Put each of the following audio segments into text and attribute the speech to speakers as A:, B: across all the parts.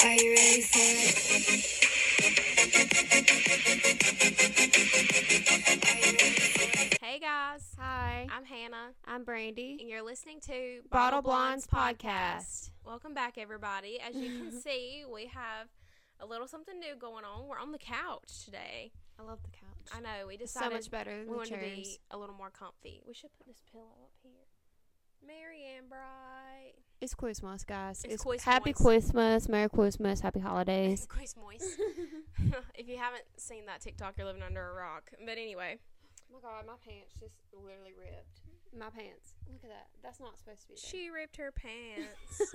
A: Are you ready for it?
B: Hey guys,
C: Hi,
B: I'm Hannah,
C: I'm Brandy.
B: and you're listening to
C: Bottle Blondes Podcast.
B: Welcome back, everybody. As you can see, we have a little something new going on. We're on the couch today.
C: I love the couch.
B: I know we
C: It's so
B: decided
C: much better
B: we
C: than the
B: wanted to
C: chairs.
B: be a little more comfy. We should put this pillow up here. Mary Ann Bright.
C: It's Christmas, guys.
B: It's
C: It's,
B: Christmas.
C: happy Christmas, Merry Christmas, Happy Holidays.
B: Grace Moist. if you haven't seen that TikTok, you're living under a rock. But anyway,
C: Oh my God, my pants just literally ripped. My pants. Look at that. That's not supposed to be.
B: she ripped her pants.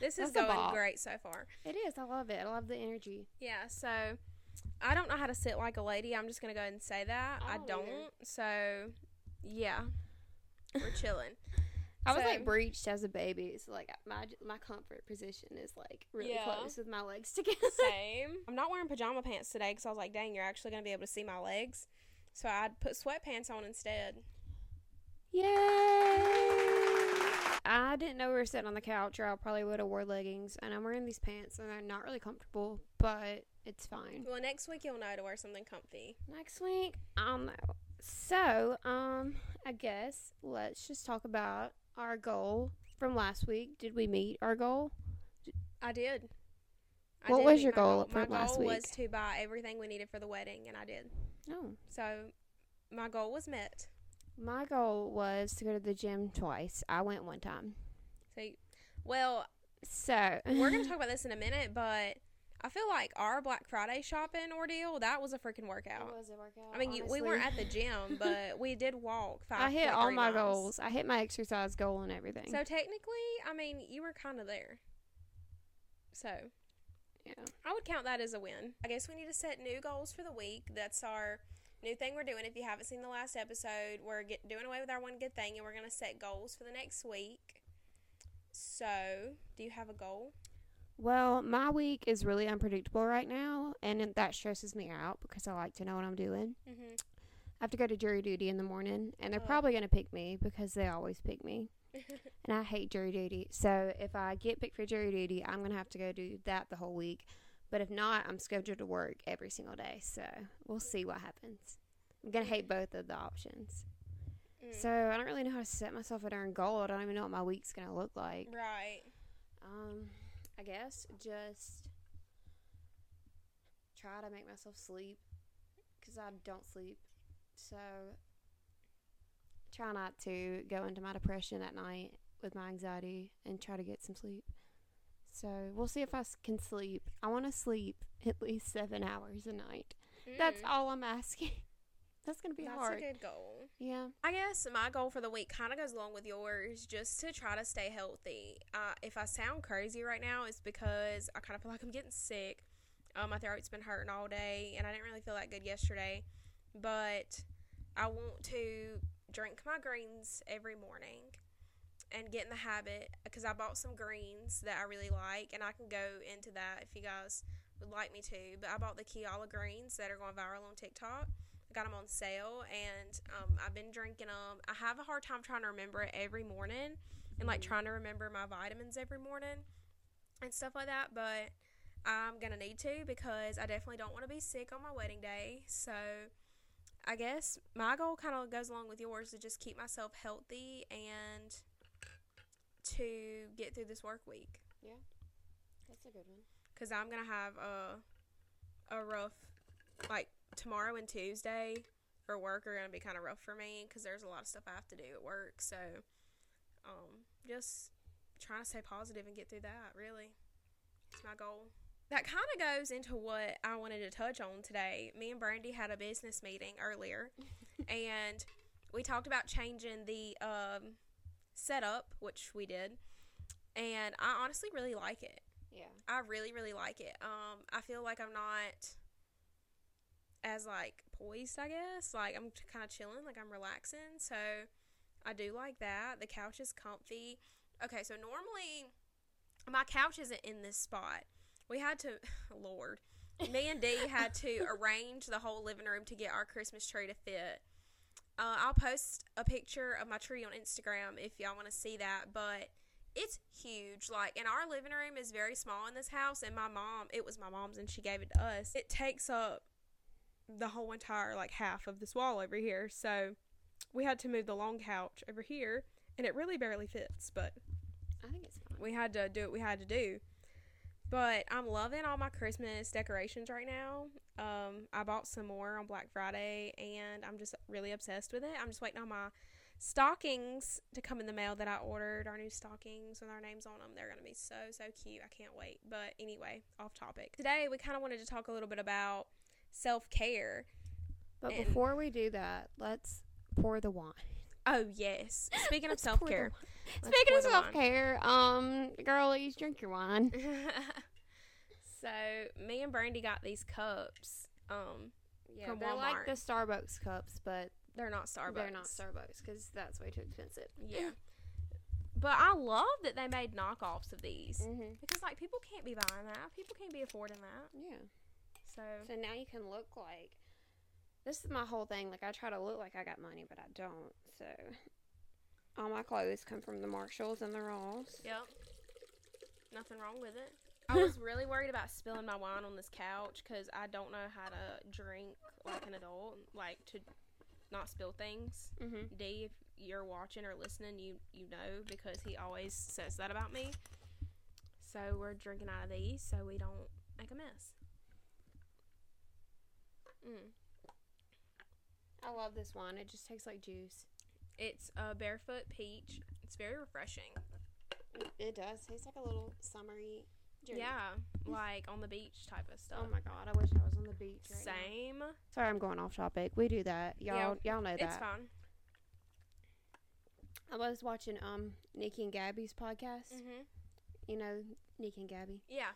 B: this
C: That's
B: is
C: a
B: going
C: bop.
B: great so far.
C: It is. I love it. I love the energy.
B: Yeah, so I don't know how to sit like a lady. I'm just gonna go ahead and say that. I
C: I
B: don't.
C: don't either.
B: So yeah, we're chilling.
C: I was
B: So-
C: like breached as a baby, so like my my comfort position is like really
B: Yeah.
C: close with my legs together.
B: Same. I'm not wearing pajama pants today because I was like, dang, you're actually gonna be able to see my legs. So I would put sweatpants on instead.
C: Yay! I didn't know we were sitting on the couch, or I probably would have wore leggings. And I'm wearing these pants, and they're not really comfortable, but it's fine.
B: Well, next week you'll know to wear something comfy.
C: Next week, I'll know. So, um, I guess let's just talk about our goal from last week. Did we meet our goal?
B: I did.
C: What
B: did
C: was
B: meet
C: your
B: my
C: goal
B: My
C: from last
B: goal
C: week?
B: was to buy everything we needed for the wedding, and I did.
C: No.
B: So my goal was met.
C: My goal was to go to the gym twice. I went one time.
B: So, well,
C: So
B: we're gonna talk about this in a minute, but I feel like our Black Friday shopping ordeal that was a freaking workout.
C: was a workout.
B: I mean, you, we weren't at the gym, but we did walk five.
C: I hit all my goals. I hit my exercise goal and everything.
B: So technically, I mean, you were kind of there. So
C: yeah.
B: I would count that as a win. I guess we need to set new goals for the week. That's our new thing we're doing. If you haven't seen the last episode, we're get, doing away with our one good thing, and we're gonna set goals for the next week. So, do you have a goal?
C: Well, my week is really unpredictable right now, and it- that stresses me out because I like to know what I'm doing.
B: Mm-hmm.
C: I have to go to jury duty in the morning, and they're
B: Oh.
C: probably going to pick me because they always pick me. and I hate jury duty. So if I get picked for jury duty, I'm going to have to go do that the whole week. But if not, I'm scheduled to work every single day. So we'll see what happens. I'm going to hate both of the options.
B: Mm-hmm. Hmm.
C: So I don't really know how to set myself a darn goal. I don't even know what my week's going to look like.
B: right.
C: Um, I guess just try to make myself sleep because I don't sleep. So try not to go into my depression at night with my anxiety and try to get some sleep. So we'll see if I s- can sleep. I want to sleep at least seven hours a night. That's
B: Mm.
C: all I'm asking. That's gonna be
B: That's
C: hard.
B: a good goal.
C: yeah.
B: I guess my goal for the week kind of goes along with yours, just to try to stay healthy. Uh, if I sound crazy right now, it's because I kind of feel like I'm getting sick. Uh, my throat's been hurting all day, and I didn't really feel that good yesterday. But I want to drink my greens every morning and get in the habit because I bought some greens that I really like, and I can go into that if you guys would like me to. But I bought the Kiala greens that are going viral on TikTok. I got them on sale, and um, I've been drinking them. I have a hard time trying to remember it every morning, and
C: Mm-hmm.
B: like trying to remember my vitamins every morning and stuff like that. But I'm gonna need to because I definitely don't want to be sick on my wedding day. So I guess my goal kind of goes along with yours to just keep myself healthy and to get through this work week
C: That's a good one.
B: because I'm gonna have a a rough like tomorrow and Tuesday for work are gonna be kind of rough for me because there's a lot of stuff I have to do at work. So, um, just trying to stay positive and get through that. Really, it's my goal. That kind of goes into what I wanted to touch on today. Me and Brandy had a business meeting earlier, and we talked about changing the um, setup, which we did. And I honestly really like it.
C: Yeah.
B: I really, really like it. Um, I feel like I'm not as like poised, I guess. Like I'm kind of chilling, like I'm relaxing. So I do like that. The couch is comfy. Okay, so normally my couch isn't in this spot. We had to, Lord, me and Dee had to arrange the whole living room to get our Christmas tree to fit. Uh, I'll post a picture of my tree on Instagram if y'all want to see that, but it's huge. Like, and our living room is very small in this house, and my mom, it was my mom's, and she gave it to us. It takes up the whole entire like half of this wall over here. So we had to move the long couch over here, and it really barely fits, but
C: I think it's fine.
B: we had to do what we had to do. But I'm loving all my Christmas decorations right now. Um, I bought some more on Black Friday, and I'm just really obsessed with it. I'm just waiting on my stockings to come in the mail that I ordered. Our new stockings with our names on them. They're gonna be so so cute. I can't wait. But anyway, off topic. Today we kind of wanted to talk a little bit about self care.
C: But
B: and-
C: before we do that, let's pour the wine.
B: Oh yes. Speaking of
C: Let's pour
B: self
C: the
B: care.
C: wine.
B: Let's
C: Speaking
B: pour
C: of
B: the wine.
C: self care, um, girlies, drink your wine.
B: so me and Brandy got these cups. Um,
C: Yeah,
B: From
C: they're like
B: Walmart.
C: the Starbucks cups, but
B: they're not Starbucks.
C: they're not Starbucks because that's way too expensive.
B: Yeah. But I love that they made knockoffs of these
C: Mm-hmm.
B: because like people can't be buying that. People can't be affording that.
C: Yeah.
B: So
C: So now you can look like. This is my whole thing. Like I try to look like I got money, but I don't. So, all my clothes come from the Marshalls and the Ross.
B: Yep. Nothing wrong with it. I was really worried about spilling my wine on this couch because I don't know how to drink like an adult, like to not spill things.
C: Mm-hmm.
B: D, if you're watching or listening, you you know because he always says that about me. So we're drinking out of these so we don't make a mess. Mm.
C: I love this wine. It just tastes like juice.
B: It's a barefoot peach. It's very refreshing.
C: It, it does taste like a little summery. drink.
B: Yeah, like on the beach type of stuff.
C: Oh my god! I wish I was on the beach. Right now.
B: Same.
C: Sorry, I'm going off topic. We do that. Y'all, y'all know that.
B: It's fine.
C: I was watching um Nikki and Gabby's podcast.
B: hmm
C: You know Nikki and Gabby.
B: Yeah.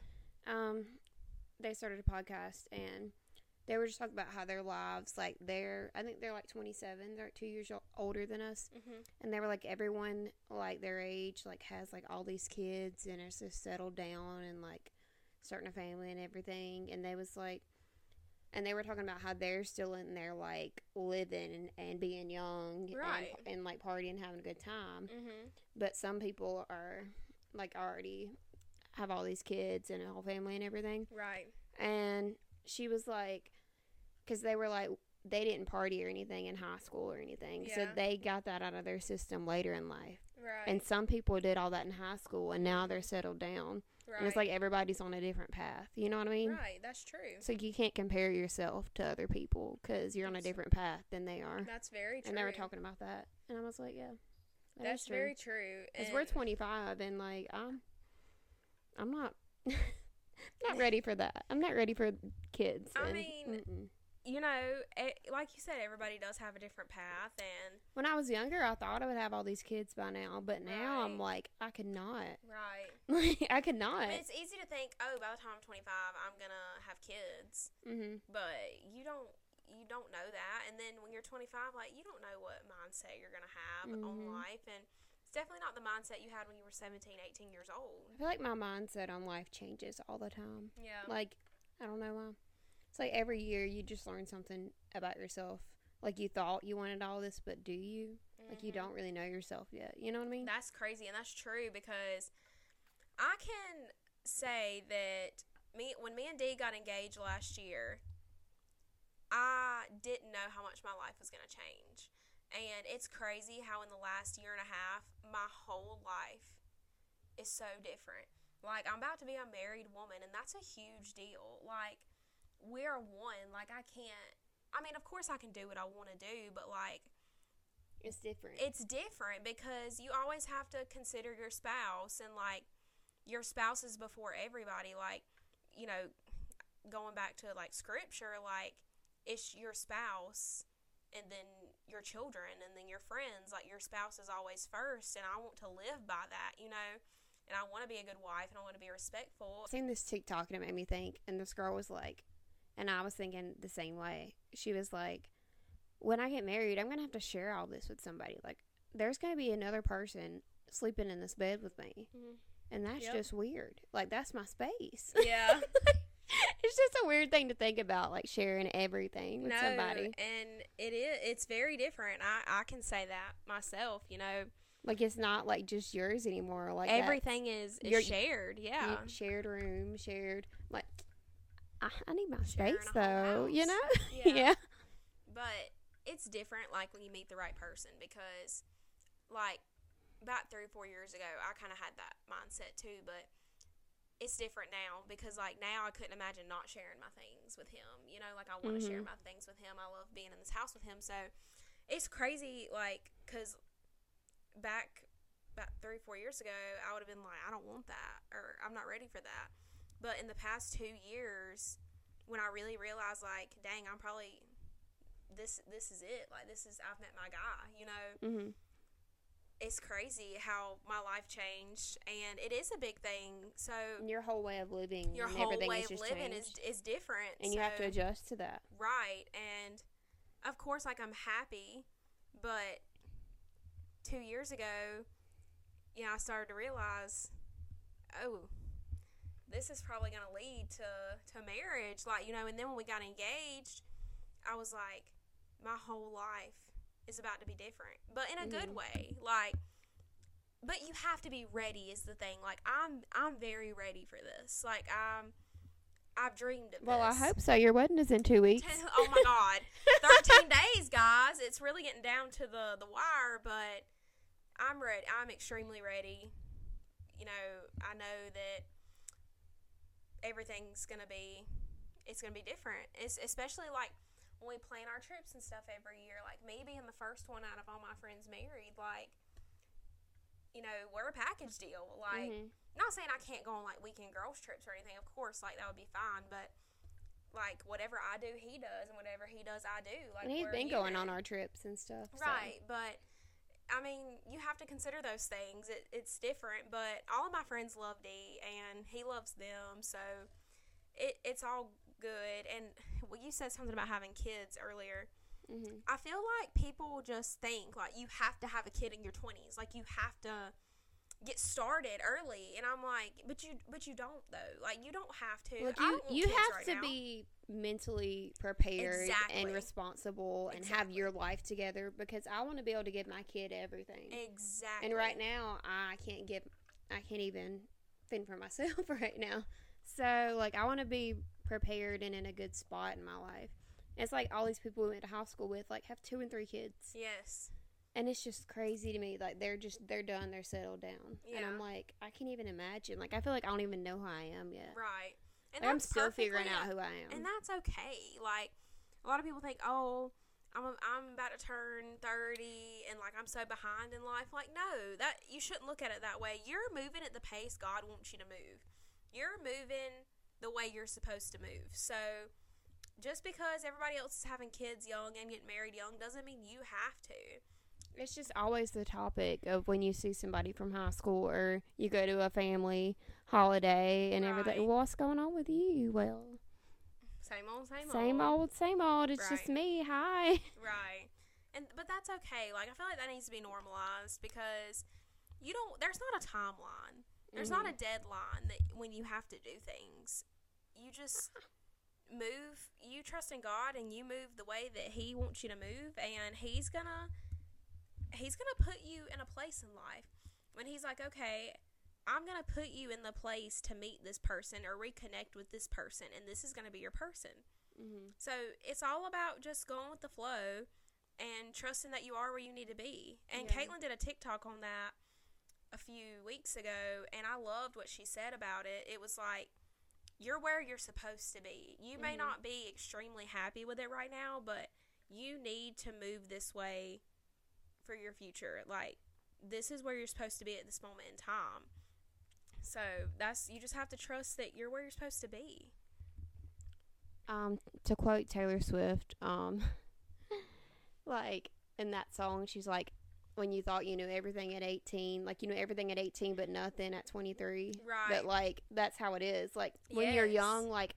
C: Um, they started a podcast and they were just talking about how their lives, like they're, I think they're like 27. They're like two years o- older than us,
B: hmm
C: and they were like everyone like their age like has like all these kids and is just settled down and like starting a family and everything. And they was like. And they were talking about how they're still in there, like living and, and being young,
B: Right.
C: and, and like partying, having a good time
B: hmm
C: but some people are like already have all these kids and a whole family and everything
B: Right.
C: and she was like because they were like they didn't party or anything in high school or anything so
B: Yeah.
C: they got that out of their system later in life
B: Right.
C: and some people did all that in high school and now they're settled down
B: right.
C: and it's like everybody's on a different path you know what i mean
B: right. That's true.
C: so you can't compare yourself to other people because you're on a
B: That's-
C: different path than they are
B: That's very true.
C: and they were talking about that and i was like yeah that is
B: That's
C: true.
B: very true.
C: Because we're
B: and-
C: 25 and like I'm, I'm not, not ready for that. I'm not ready for kids.
B: I
C: and-
B: mean-
C: mm-mm.
B: You know, eh, like you said, everybody does have a different path, and
C: when I was younger, I thought I would have all these kids by now, but now I'm like, I could not.
B: right.
C: Like, I could not.
B: I mean, it's easy to think, oh, by the time I'm 25, I'm gonna have kids,
C: hmm
B: but you don't. You don't know that, and then when you're 25, like you don't know what mindset you're gonna have
C: Mhm.
B: on life, and it's definitely not the mindset you had when you were 17, 18 years old.
C: I feel like my mindset on life changes all the time.
B: Yeah,
C: Like, I don't know why. It's like every year you just learn something about yourself. Like you thought you wanted all this, but do you? Like you
B: Mhm.
C: don't really know yourself yet. You know what I mean?
B: That's crazy, and that's true because I can say that me when me and Dee got engaged last year, I didn't know how much my life was going to change, and it's crazy how in the last year and a half, my whole life is so different. Like I'm about to be a married woman, and that's a huge deal. Like we're one. Like I can't. I mean, of course I can do what I want to do, but like
C: It's different.
B: it's different because you always have to consider your spouse and like your spouse is before everybody like you know going back to like scripture like it's your spouse and then your children and then your friends like your spouse is always first and i want to live by that you know and i want to be a good wife and i want to be respectful
C: seen this TikTok and it made me think. And this girl was like, and I was thinking the same way. She was like, when I get married, I'm gonna have to share all this with somebody. Like, there's gonna be another person sleeping in this bed with me,
B: Mhm.
C: and that's
B: Yep.
C: just weird. Like, that's my space.
B: yeah
C: it's just a weird thing to think about, like sharing everything with somebody.
B: And it is it's very different. I, I can say that myself, you know.
C: Like it's not like just yours anymore. Like that
B: Everything is,
C: You're-
B: is shared. Yeah.
C: you- shared room, shared like. I, I need my
B: Sharing
C: space
B: a whole
C: though, you know.
B: house.
C: Yeah.
B: but it's different like when you meet the right person because like about three or four years ago i kind of had that mindset too but it's different now because like now i couldn't imagine not sharing my things with him you know like i want to share my things with him i love being in this house with him so it's crazy like because back about three four years ago i would have been like i don't want that or i'm not ready for that but in the past two years when i really realized like dang i'm probably this this is it like this is i've met my guy you know
C: Mm-hmm.
B: it's crazy how my life changed and it is a big thing so
C: Your whole way of living,
B: your
C: and
B: whole
C: everything
B: way
C: is
B: of
C: just
B: living
C: changed,
B: is, is different
C: and you have to
B: so-
C: adjust to that.
B: right and of course like i'm happy but two years ago you know i started to realize oh this is probably going to lead to to marriage like you know and then when we got engaged i was like my whole life is about to be different but in a good
C: Mm-hmm.
B: way like but you have to be ready is the thing like i'm i'm very ready for this like i'm i've dreamed of
C: Well, I
B: this.
C: hope so. Your wedding is in two weeks.
B: Ten- oh my god 13 days guys it's really getting down to the the wire but i'm ready i'm extremely ready you know i know that everything's gonna be it's gonna be different it's especially like when we plan our trips and stuff every year like me being the first one out of all my friends married like you know we're a package deal like
C: Mhm.
B: not saying I can't go on like weekend girls trips or anything. Of course, like that would be fine, but like whatever I do, he does, and whatever he does, I do. Like
C: and he's
B: we're a
C: been going
B: unit.
C: on our trips and stuff. so.
B: right? But I mean, you have to consider those things. It, it's different, but all of my friends love D, and he loves them, so it it's all good. And well, you said something about having kids earlier.
C: Mhm.
B: I feel like people just think like you have to have a kid in your 20s. Like you have to get started early and I'm like, but you but you don't though. Like you don't have to.
C: Look,
B: I
C: you,
B: don't want
C: you
B: kids
C: have
B: right
C: to
B: now.
C: be mentally prepared and
B: Exactly.
C: responsible and have your life together because I want to be able to give my kid everything.
B: exactly.
C: And right now, I can't give, I can't even fend for myself right now. So, like, I want to be prepared and in a good spot in my life. It's like all these people we went to high school with, like, have two and three kids.
B: Yes.
C: And it's just crazy to me. Like, they're just, they're done, they're settled down. And
B: Yeah.
C: I'm like, I can't even imagine. Like, I feel like I don't even know who I am yet.
B: Right. And
C: Like, I'm
B: that's
C: still figuring out who
B: perfectly-
C: I am.
B: And that's okay. Like a lot of people think, "Oh, I'm I'm about to turn 30 and like I'm so behind in life." Like no, that you shouldn't look at it that way. You're moving at the pace God wants you to move. You're moving the way you're supposed to move. So just because everybody else is having kids young and getting married young doesn't mean you have to.
C: It's just always the topic of when you see somebody from high school or you go to a family holiday and everything.
B: Right.
C: Well, what's going on with you? Well,
B: Same old, same,
C: same old, same old. It's just
B: Right.
C: me. Hi.
B: Right. And but that's okay. Like I feel like that needs to be normalized because you don't there's not a timeline. There's not a deadline that when you have to do things. You just move you trust in God and you move the way that he wants you to move and he's going to he's going to put you in a place in life when he's like, "Okay, I'm going to put you in the place to meet this person or reconnect with this person and this is going to be your person."
C: Mm-hmm.
B: So it's all about just going with the flow and trusting that you are where you need to be. And
C: Yeah.
B: Caitlin did a TikTok on that a few weeks ago, and I loved what she said about it. It was like, you're where you're supposed to be. You may
C: Mhm.
B: not be extremely happy with it right now, but you need to move this way for your future. Like, this is where you're supposed to be at this moment in time. So that's you just have to trust that you're where you're supposed to be.
C: Um, to quote Taylor Swift, um, like in that song, she's like, "When you thought you knew everything at 18, like you knew everything at 18, but nothing at 23."
B: Right.
C: But like that's how it is. Like when you're
B: Yes.
C: young, like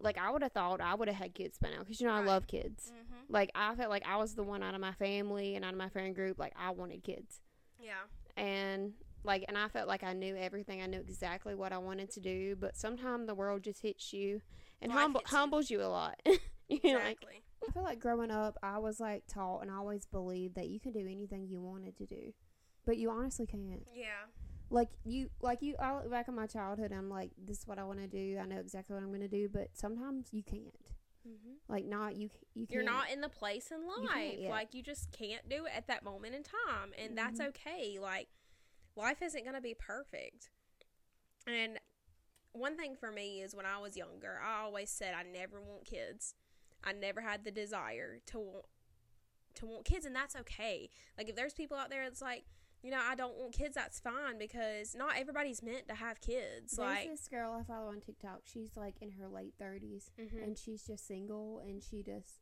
C: like I would have thought I would have had kids by now because you know I
B: Right.
C: love kids.
B: mm-hmm.
C: Like I felt like I was the one out of my family and out of my friend group. Like I wanted kids,
B: Yeah.
C: and like and I felt like I knew everything. I knew exactly what I wanted to do. But sometimes the world just hits you and
B: Life
C: humble,
B: hits you.
C: humbles you a lot. you know, like
B: Exactly.
C: I feel like growing up, I was like taught and I always believed that you can do anything you wanted to do. but you honestly can't.
B: Yeah.
C: Like you, like you. I look back on my childhood. I'm like, this is what I want to do. I know exactly what I'm going to do. But sometimes you can't.
B: Mm-hmm.
C: Like, not you. c- You can't.
B: You're not in the place in
C: You can't
B: life.
C: yet.
B: like you just can't do it at that moment in time, and that's
C: Mhm.
B: okay. Like life isn't going to be perfect. And one thing for me is when I was younger, I always said I never want kids. I never had the desire to want to want kids and that's okay. Like if there's people out there that's like, you know, I don't want kids, that's fine because not everybody's meant to have kids.
C: There's
B: like
C: this girl I follow on TikTok. She's like in her late 30s,
B: Mhm.
C: and she's just single, and she just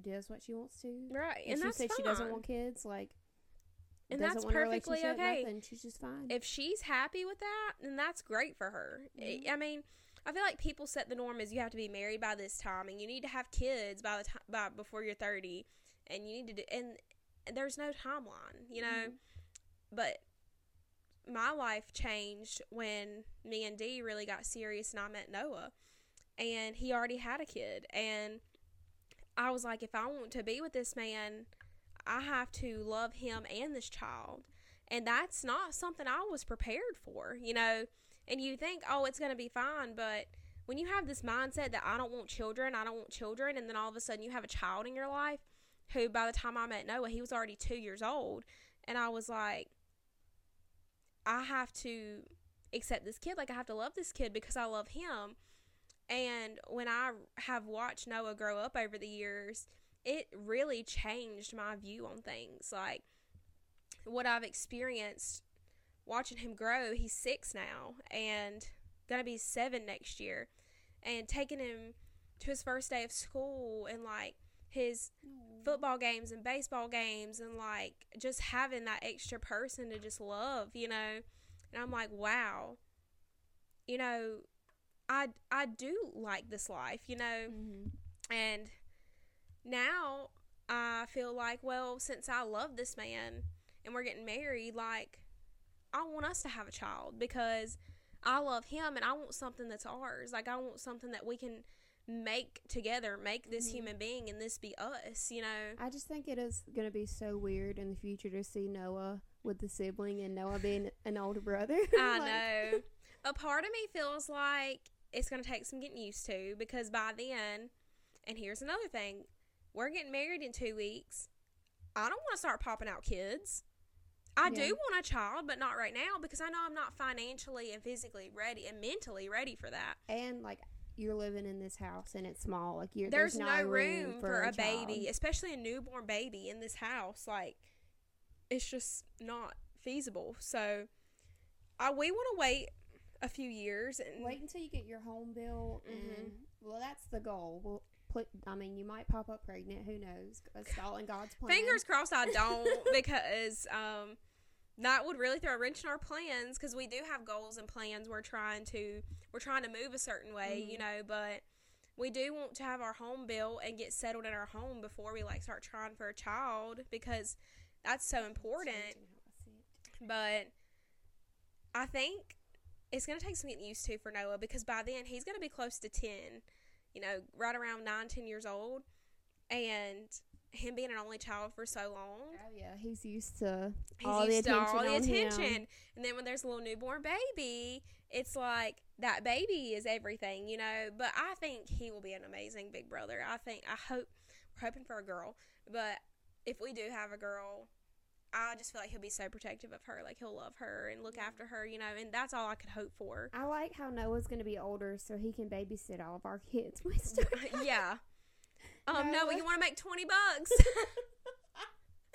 C: does what she wants to.
B: right. And,
C: And, she
B: that's
C: says
B: fine.
C: she doesn't want kids. Like,
B: And
C: doesn't
B: that's
C: want a
B: perfectly
C: relationship,
B: okay.
C: Nothing. She's just fine.
B: if she's happy with that, then that's great for her. I-
C: Mm-hmm.
B: I mean, I feel like people set the norm as you have to be married by this time, and you need to have kids by the time by before you're thirty, and you need to do. And there's no timeline, you know.
C: Mm-hmm.
B: But my life changed when me and Dee really got serious, and I met Noah, and he already had a kid, and I was like, if I want to be with this man, I have to love him and this child and that's not something I was prepared for, you know. And you think, oh, it's going to be fine, but when you have this mindset that I don't want children, I don't want children, and then all of a sudden you have a child in your life who, by the time I met Noah, he was already two years old, and I was like, I have to accept this kid, like I have to love this kid because I love him. And when I have watched Noah grow up over the years, it really changed my view on things. Like what I've experienced watching him grow. He's six now and gonna be seven next year. And taking him to his first day of school and like his
C: Mm-hmm.
B: football games and baseball games and like just having that extra person to just love, you know. And I'm like, wow, you know, I I do like this life, you know.
C: Mhm.
B: And now I feel like, well, since I love this man and we're getting married, like, I want us to have a child because I love him and I want something that's ours. Like, I want something that we can make together, make this
C: Mhm.
B: human being and this be us, you know?
C: I just think it is going to be so weird in the future to see Noah with the sibling and Noah being an older brother.
B: I
C: Like,
B: know. A part of me feels like it's going to take some getting used to because by then, and here's another thing we're getting married in two weeks. I don't want to start popping out kids. I
C: Yeah.
B: do want a child, but not right now because I know I'm not financially and physically ready and mentally ready for that.
C: And like you're living in this house and it's small. Like you're
B: There's,
C: there's,
B: no room for a,
C: child.
B: baby, especially a newborn baby in this house. Like, it's just not feasible. So, I, we want to wait a few years and
C: Wait until you get your home bill,
B: Mhm.
C: and well, that's the goal. Well, pl- I mean, you might pop up pregnant. Who knows? It's all in God's plan.
B: Fingers crossed I don't because um, that would really throw a wrench in our plans because we do have goals and plans. We're trying to we're trying to move a certain way, you know, but we do want to have our home built and get settled in our home before we like start trying for a child because that's so important.
C: Changing how I see it.
B: But I think it's going to take some getting used to for Noah because by then he's going to be close to 10, you know, right around 9, 10 years old. And him being an only child for so long,
C: Oh yeah, he's used to
B: he's
C: all the
B: used to
C: attention.
B: all the
C: on him.
B: attention. And then when there's a little newborn baby, it's like that baby is everything, you know. But I think he will be an amazing big brother. I think I hope we're hoping for a girl, but if we do have a girl, I just feel like he'll be so protective of her. Like he'll love her and look after her, you know. And that's all I could hope for.
C: I like how Noah's going to be older, so he can babysit all of our kids. when we start-
B: yeah. Um, no,
C: Noah.
B: you want to make twenty bucks?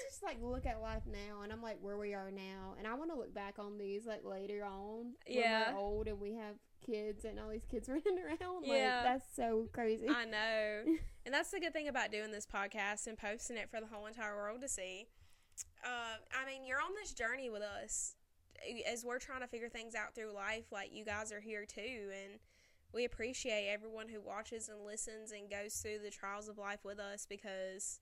C: just like look at life now, and I'm like where we are now, and I want to look back on these like later on. when
B: Yeah.
C: we're old and we have kids, and all these kids running around. Like,
B: Yeah.
C: that's so crazy.
B: I know. And that's the good thing about doing this podcast and posting it for the whole entire world to see. Uh, I mean, you're on this journey with us eh, as we're trying to figure things out through life. Like, you guys are here too. And we appreciate everyone who watches and listens and goes through the trials of life with us because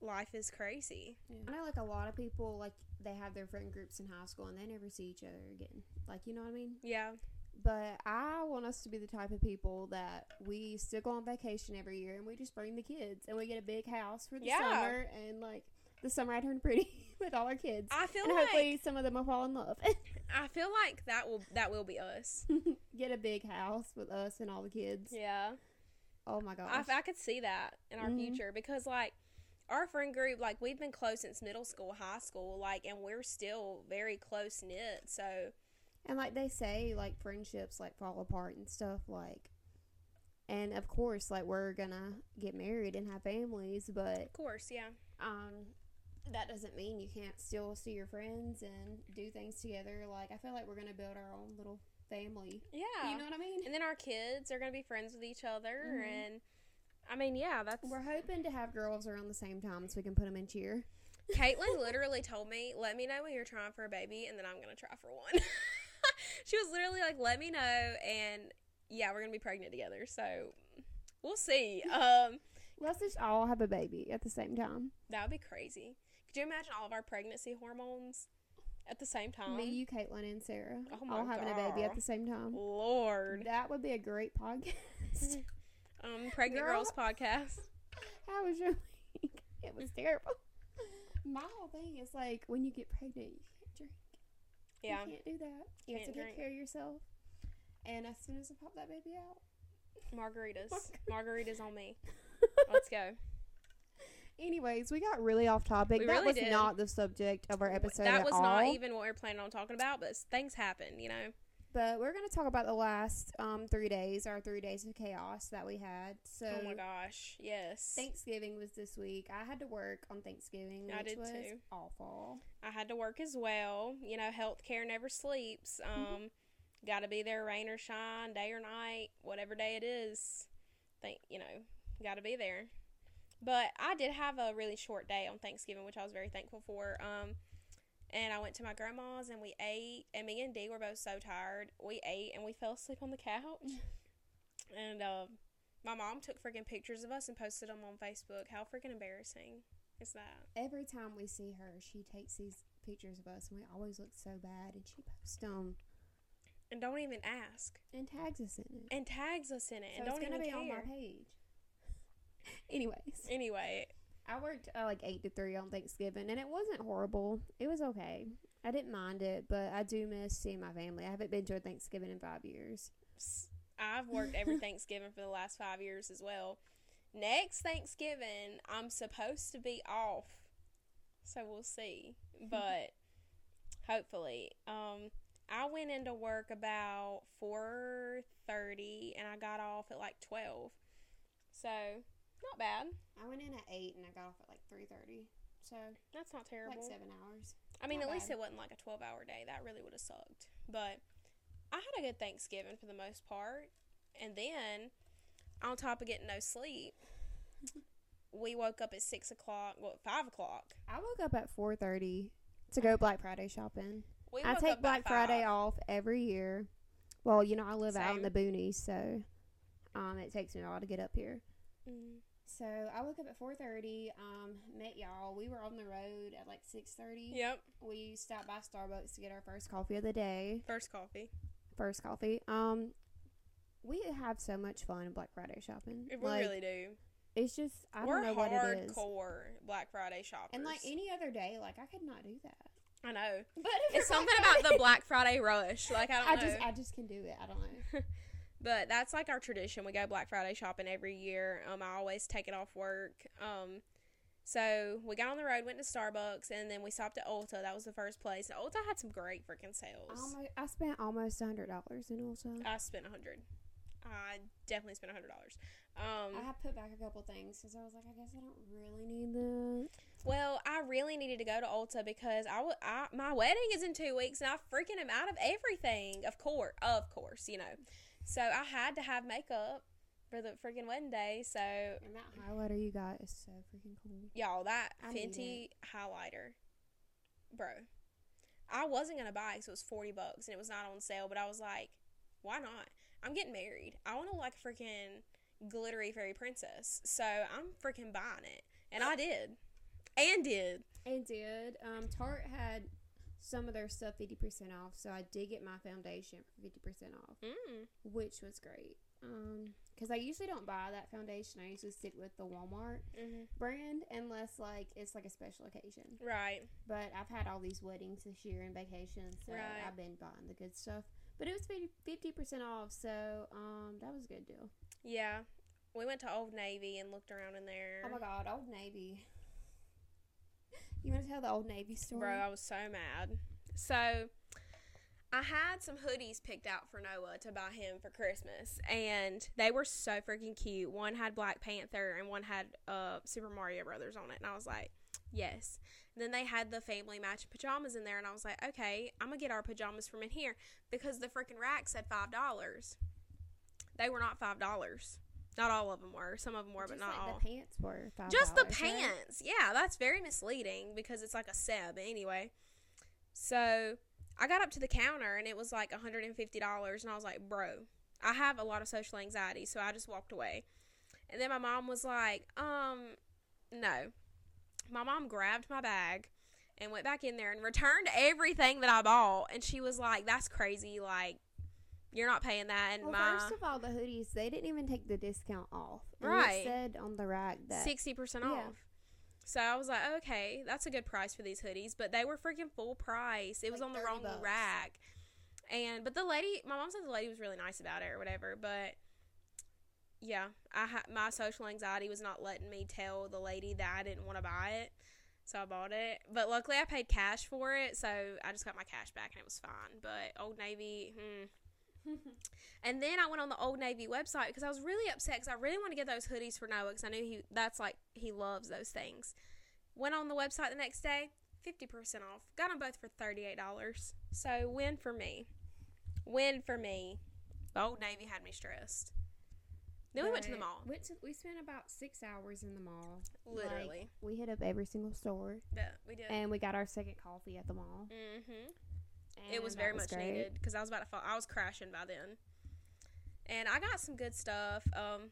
B: life is crazy.
C: I know, like a lot of people, like they have their friend groups in high school and they never see each other again. Like, you know what I mean?
B: Yeah.
C: But I want us to be the type of people that we still go on vacation every year and we just bring the kids and we get a big house for the
B: Yeah.
C: summer and like this summer I turned pretty with all our kids.
B: I feel
C: and
B: like
C: hopefully some of them will fall in love.
B: I feel like that will that will be us.
C: Get a big house with us and all the kids.
B: Yeah.
C: Oh my gosh.
B: I, I could see that in our
C: Mhm.
B: future because like our friend group like we've been close since middle school high school like and we're still very close knit so
C: And like they say, like friendships like fall apart and stuff. Like, and of course, like we're gonna get married and have families, but
B: of course yeah
C: um, that doesn't mean you can't still see your friends and do things together. Like, I feel like we're gonna build our own little family.
B: yeah
C: You know what I mean?
B: and then our kids are gonna be friends with each other
C: Mhm.
B: and i mean yeah that's
C: We're hoping to have girls around the same time so we can put them in cheer.
B: caitlin literally told me let me know when you're trying for a baby and then i'm gonna try for one she was literally like let me know and yeah we're gonna be pregnant together so we'll see um
C: Let's just all have a baby at the same time.
B: That would be crazy. Could you imagine all of our pregnancy hormones at the same time?
C: Me, you, Caitlin, and Sarah
B: Oh my
C: all having a baby at
B: God.
C: the same time.
B: Lord.
C: That would be a great podcast.
B: Um, Pregnant
C: Girl.
B: Girls podcast.
C: How was your week? It was terrible. My whole thing is like when you get pregnant, you can't drink.
B: Yeah.
C: You can't do that. You have to
B: Can't drink.
C: take care of yourself. And as soon as I pop that baby out,
B: Margaritas. Margaritas on me. Let's go.
C: anyways, we got really off topic.
B: We
C: that
B: really
C: was
B: did.
C: not the subject of our episode.
B: that
C: at
B: was
C: all.
B: not even what we were planning on talking about, but s- things happen, you know.
C: But we're gonna talk about the last um, three days, our three days of chaos that we had. So
B: oh my gosh. Yes.
C: Thanksgiving was this week. I had to work on Thanksgiving, which
B: I did
C: was
B: too.
C: awful.
B: I had to work as well. You know, healthcare never sleeps. Um, got to be there, rain or shine, day or night, whatever day it is. Think you know, got to be there. But I did have a really short day on Thanksgiving, which I was very thankful for. Um, and I went to my grandma's and we ate, and me and Dee were both so tired. We ate and we fell asleep on the couch. and um, my mom took freaking pictures of us and posted them on Facebook. How freaking embarrassing is that?
C: every time we see her, she takes these pictures of us, and we always look so bad. And she posts them
B: And don't even ask.
C: and tags us in it.
B: and tags us in it
C: so
B: and don't
C: it's gonna
B: even
C: be
B: care.
C: on my page. Anyways,
B: Anyway,
C: I worked uh, like eight to three on Thanksgiving, and it wasn't horrible. It was okay. I didn't mind it, but I do miss seeing my family. I haven't been to a Thanksgiving in five years.
B: s- I've worked every Thanksgiving for the last five years as well. Next Thanksgiving, I'm supposed to be off, so we'll see. But hopefully, um, I went into work about four thirty, and I got off at like twelve, so not bad.
C: I went in at eight, and I got off at like three thirty. So
B: That's not terrible.
C: like seven hours.
B: I mean,
C: Not
B: at least
C: bad.
B: it wasn't like a 12 hour day. That really would have sucked. But I had a good Thanksgiving for the most part. And then, on top of getting no sleep, we woke up at 6 o'clock, well, 5 o'clock.
C: I woke up at four thirty to go Black Friday shopping.
B: We
C: I
B: woke
C: take
B: up by
C: Black Friday
B: five.
C: off every year. Well, you know, I live out in
B: Same.
C: the boonies, so um, it takes me a while to get up here.
B: Mm.
C: So I woke up at four thirty. Um, met y'all. We were on the road at like six thirty.
B: Yep,
C: We stopped by Starbucks to get our first coffee of the day.
B: first coffee.
C: First coffee. Um, we have so much fun in Black Friday shopping.
B: If we
C: Like,
B: really do.
C: it's just I
B: We're
C: don't know what it is.
B: hardcore Black Friday shoppers.
C: And like e any other day, like I could not do that.
B: I know.
C: But
B: It's something about the Black Friday rush. Like, I don't
C: I
B: know.
C: just I just can do it. I don't know.
B: But that's like our tradition. We go Black Friday shopping every year. Um, I always take it off work. Um, so we got on the road, went to Starbucks, and then we stopped at Ulta. That was the first place. And Ulta had some great freaking sales.
C: Almost, I spent almost a hundred dollars in Ulta.
B: I spent a hundred. I definitely spent a hundred dollars.
C: I
B: Um,
C: have put back a couple things because I was like, I guess I don't really need that.
B: well, I really needed to go to Ulta because I, w- I my wedding is in two weeks, and I freaking am out of everything. Of course, of course, you know. So I had to have makeup for the freaking wedding day. So
C: And that highlighter you got is so freaking cool.
B: Y'all, that
C: I need
B: Fenty highlighter, bro. I wasn't gonna buy because it was forty bucks and it was not on sale, but I was like, why not? I'm getting married. I want to like a freaking glittery fairy princess, so I'm freaking buying it, and I did, and did.
C: And did um Tarte had some of their stuff 50% off. So I did get my foundation for 50% off,
B: Mm.
C: which was great. Because I usually don't buy that foundation. I usually stick with the Walmart
B: Mm-hmm.
C: brand unless like it's like a special occasion.
B: Right.
C: But I've had all these weddings this year and vacations, so
B: Right.
C: I've been buying the good stuff. But it was fifty percent off, so um, that was a good deal.
B: Yeah. We went to Old Navy and looked around in there.
C: Oh my God, Old Navy. You want to tell the Old Navy story?
B: Bro, I was so mad. So I had some hoodies picked out for Noah to buy him for Christmas, and they were so freaking cute. One had Black Panther and one had uh, Super Mario Brothers on it, and I was like, yes. And then they had the family matching pajamas in there, and I was like, okay, I'm gonna get our pajamas from in here because the freaking rack said five dollars. They were not five dollars. Not all of them were. Some of them were,
C: Just
B: but not
C: like
B: all.
C: the pants were $5,
B: Just the
C: right?
B: pants. Yeah, that's very misleading because it's like a seb anyway. So I got up to the counter and it was like $150 and I was like, bro, I have a lot of social anxiety, so I just walked away. And then my mom was like, um, no. My mom grabbed my bag and went back in there and returned everything that I bought and she was like, That's crazy, like you're not paying that and
C: Well,
B: my
C: first of all, the hoodies they didn't even take the discount off. And
B: Right.
C: It said on the rack that
B: sixty percent
C: yeah.
B: off. So I was like, okay, that's a good price for these hoodies, but they were freaking full price. It was
C: Like
B: on the
C: 30
B: wrong
C: bucks.
B: rack, and but the lady, my mom said the lady was really nice about it or whatever, but yeah, I ha- my social anxiety was not letting me tell the lady that I didn't want to buy it, so I bought it. But luckily, I paid cash for it, so I just got my cash back and it was fine. But Old Navy, hmm. And then I went on the Old Navy website because I was really upset because I really wanted to get those hoodies for Noah because I knew he that's like he loves those things. Went on the website the next day, fifty percent off. Got them both for thirty eight dollars. So win for me, win for me. The Old Navy had me stressed. Then we went to the
C: But
B: mall.
C: Went to, we spent about six hours in the mall. Like,
B: Literally,
C: we hit up every single store,
B: That- we did.
C: and we got our second coffee at the mall.
B: hmm
C: and
B: it was
C: that
B: very much needed 'cause
C: great.
B: needed because I was about to fall. I was crashing by then, and I got some good stuff. Um,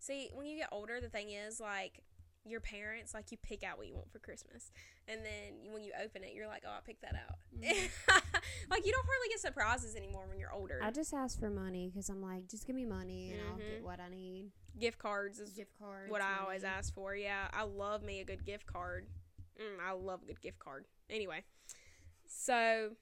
B: see, when you get older, the thing is like your parents like you pick out what you want for Christmas, and then you- when you open it, you're like, oh, I picked that out.
C: Mhm.
B: like you don't hardly get surprises anymore when you're older.
C: I just asked for money because I'm like, just give me money and I'll
B: Mhm.
C: get what I need.
B: gift cards is
C: Gift cards.
B: what I always
C: money.
B: ask for. Yeah, I love me a good gift card. Mm, I love a good gift card. Anyway, so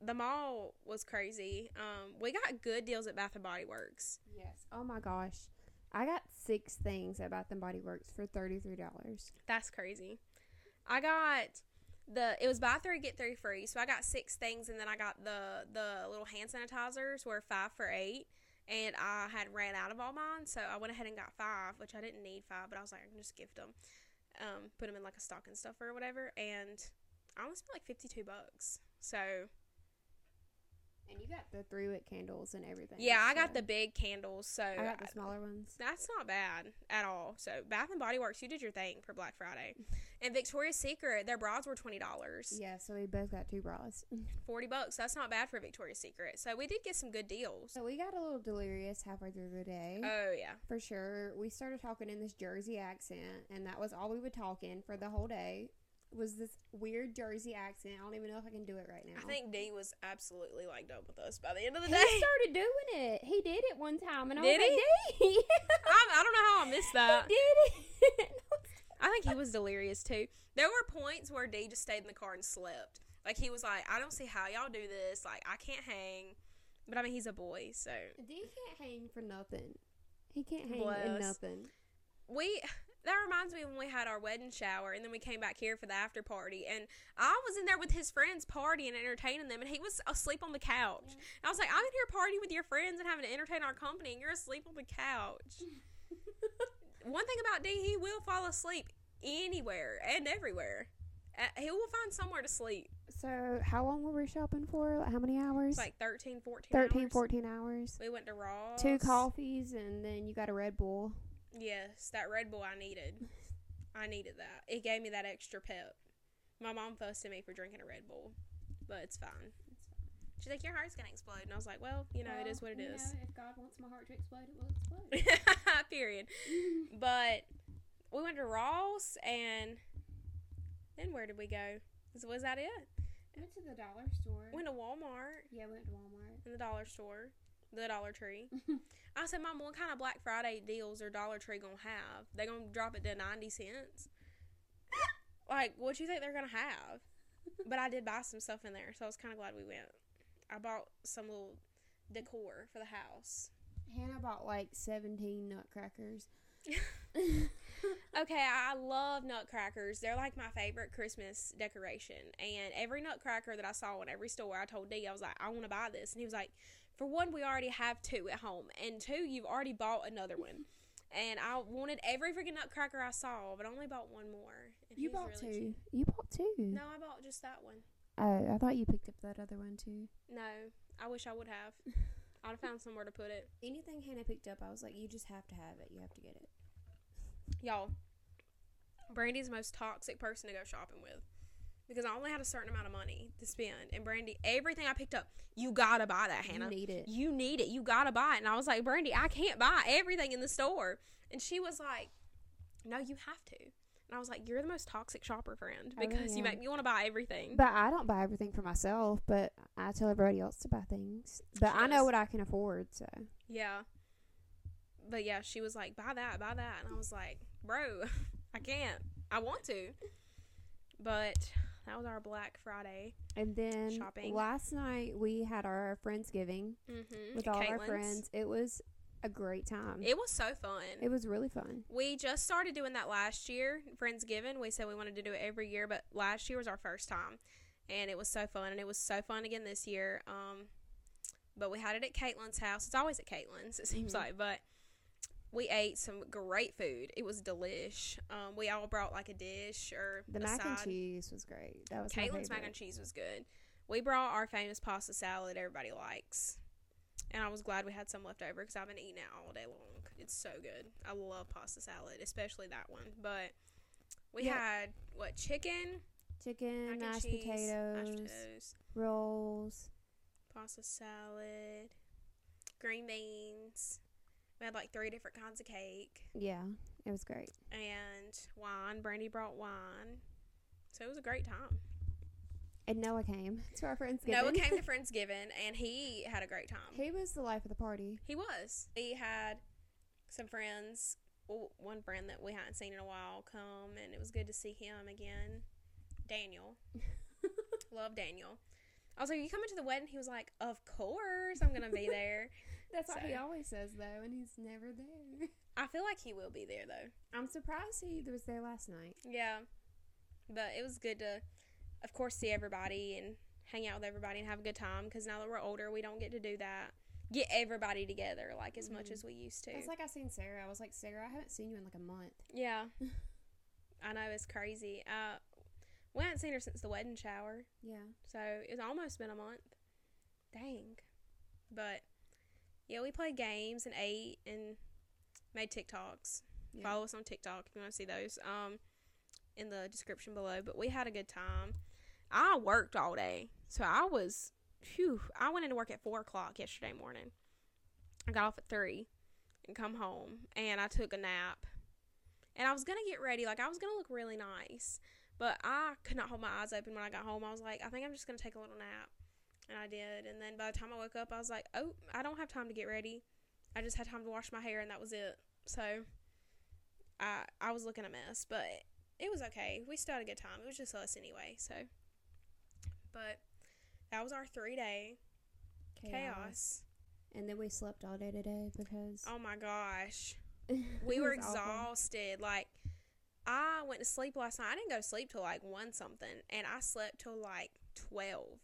B: the mall was crazy. Um, we got good deals at Bath and Body Works.
C: Yes. Oh my gosh, I got six things at Bath and Body Works for thirty three dollars.
B: That's crazy. I got the it was buy three get three free, so I got six things, and then I got the the little hand sanitizers were five for eight. And I had ran out of all mine, so I went ahead and got five, which I didn't need five, but I was like, I can just gift them, um, put them in like a stocking stuffer or whatever. And I only spent like fifty two bucks. So
C: And you got the three wick candles and everything.
B: yeah, I got
C: so-
B: the big candles. So
C: I got the smaller ones.
B: That's not bad at all. So Bath and Body Works, you did your thing for Black Friday, and Victoria's Secret, their bras were twenty dollars,
C: Yeah, so we both got two bras.
B: forty bucks. That's not bad for Victoria's Secret. So we did get some good deals.
C: So we got a little delirious halfway through the day.
B: Oh yeah,
C: for sure. We started talking in this Jersey accent, and that was all we would talk in for the whole day. Was this weird Jersey accent? I don't even know if I can do it right now.
B: I think D was absolutely like done with us by the end of the
C: he
B: day.
C: started doing it. He did it one time, and I
B: Did Uh,
C: was like, "Dang,
B: I'm, I don't know how I missed that.
C: he did it."
B: I think he was delirious too. There were points where D just stayed in the car and slept. Like he was like, I don't see how y'all do this. Like I can't hang. But I mean, he's a boy, so
C: D can't hang for nothing. He can't hang in
B: Bless.
C: nothing.
B: we that reminds me when we had our wedding shower and then we came back here for the after party and I was in there with his friends partying and entertaining them and he was asleep on the couch.
C: Yeah.
B: And I was like, I'm in here partying with your friends and having to entertain our company and you're asleep on the couch. One thing about D, he will fall asleep anywhere and everywhere. Uh, he will find somewhere to sleep.
C: So, how long were we shopping for? How many hours?
B: It's like 13, 14
C: 13,
B: hours.
C: 14 hours.
B: We went to Raw.
C: Two coffees, and then you got a Red Bull.
B: Yes, that Red Bull I needed. I needed that. It gave me that extra pep. My mom fussed at me for drinking a Red Bull, but it's fine. She's like, "Your heart's gonna explode," and I was like, "Well, you know, it is what it is."
C: if God wants my heart to explode, it will
B: Period.
C: explode.
B: But we went to Ross, and then where did we go? Was, was that it?
C: Went to the dollar store.
B: Went to Walmart
C: yeah, went to Walmart.
B: and the dollar store, the Dollar Tree. I said, Mom, what kind of Black Friday deals are Dollar Tree gonna have? They gonna drop it to ninety cents? like, what you think they're gonna have? But I did buy some stuff in there, so I was kind of glad we went. I bought some little decor for the house.
C: Hannah bought like seventeen nutcrackers.
B: Okay, I love nutcrackers. They're like my favorite Christmas decoration. And every nutcracker that I saw in every store, I told D, I was like, I want to buy this. And he was like, For one, we already have two at home. And two, you've already bought another one. And I wanted every freaking nutcracker I saw, but I only bought one more. And
C: you
B: he's
C: bought
B: really cute.
C: two. You bought two.
B: No, I bought just that one.
C: Oh, I thought you picked up that other one too.
B: No, I wish I would have. I'd have found somewhere to put it.
C: Anything Hannah picked up, I was like, you just have to have it. You have to get it.
B: Y'all, Brandy's the most toxic person to go shopping with because I only had a certain amount of money to spend. And Brandy, everything I picked up, you gotta buy that, Hannah.
C: You need it.
B: You need it. You gotta buy it. And I was like, Brandy, I can't buy everything in the store. And she was like, No, you have to. And I was like, You're the most toxic shopper friend
C: I really
B: because you
C: am.
B: make me want to buy everything.
C: But I don't buy everything for myself, but I tell everybody else to buy things. But
B: She
C: I know
B: does.
C: what I can afford, so
B: yeah. But yeah, she was like, Buy that, buy that. And I was like, Bro, I can't. I want to. But that was our Black Friday.
C: And then
B: Shopping.
C: last night we had our friendsgiving
B: Mm-hmm.
C: with all our friends. It was a great time. It,
B: It was so fun.
C: was really fun.
B: we just started doing that last year, Friendsgiving. We said we wanted to do it every year, but last year was our first time, and it was so fun. And it was so fun again this year. Um, but we had it at Caitlin's house. It's always at Caitlin's, it seems
C: Mhm.
B: like. But we ate some great food. It was delish. Um, we all brought like a dish or
C: The
B: a
C: mac and
B: side.
C: cheese was great. That was
B: Caitlin's
C: my
B: mac
C: favorite.
B: and cheese was good. We brought our famous pasta salad everybody likes. And I was glad we had some left over because I've been eating it all day long. It's so good. I love pasta salad, especially that one. But we
C: Yeah.
B: had what chicken,
C: Chicken,
B: mac and
C: mashed
B: cheese,
C: potatoes,
B: mashed potatoes,
C: rolls.
B: pasta salad, green beans. We had like three different kinds of cake
C: Yeah, it was great.
B: and wine. Brandy brought wine, so it was a great time.
C: And Noah came to our friendsgiving.
B: Noah came to Friendsgiving and he had a great time.
C: he was the life of the party.
B: He was. We had some friends, well, one friend that we hadn't seen in a while come, and it was good to see him again. Daniel. Love Daniel. I was like, Are you coming to the wedding? He was like, Of course, I'm going to be there.
C: That's
B: what
C: what
B: he
C: he always says though, and he's never there.
B: I feel like he will be there, though.
C: I'm surprised he was there last night.
B: Yeah. But it was good to, of course, see everybody and hang out with everybody and have a good time because now that we're older, we don't get to do that. Get everybody together like as much
C: Mhm.
B: as we used to.
C: It's like I seen Sarah. I was like, Sarah, I haven't seen you in like a month.
B: Yeah. I know it's crazy. Uh we haven't seen her since the wedding shower,
C: Yeah.
B: so it's almost been a month. Dang. But yeah, we played games and ate and made TikToks.
C: Yeah.
B: Follow us on TikTok if you want to see those. Um in the description below. But we had a good time. I worked all day. So I was phew, I went into work at four o'clock yesterday morning. I got off at three and come home and I took a nap. And I was gonna get ready, like I was gonna look really nice. But I could not hold my eyes open when I got home. I was like, I think I'm just gonna take a little nap. And I did. And then by the time I woke up I was like, Oh, I don't have time to get ready. I just had time to wash my hair and that was it. So I I was looking a mess, but it was okay. We still had a good time. It was just us anyway, so but that was our three day chaos.
C: And then we slept all day today because
B: Oh my gosh.
C: it
B: We were
C: was awful.
B: exhausted. Like I went to sleep last night. I didn't go to sleep till like one something and I slept till like twelve.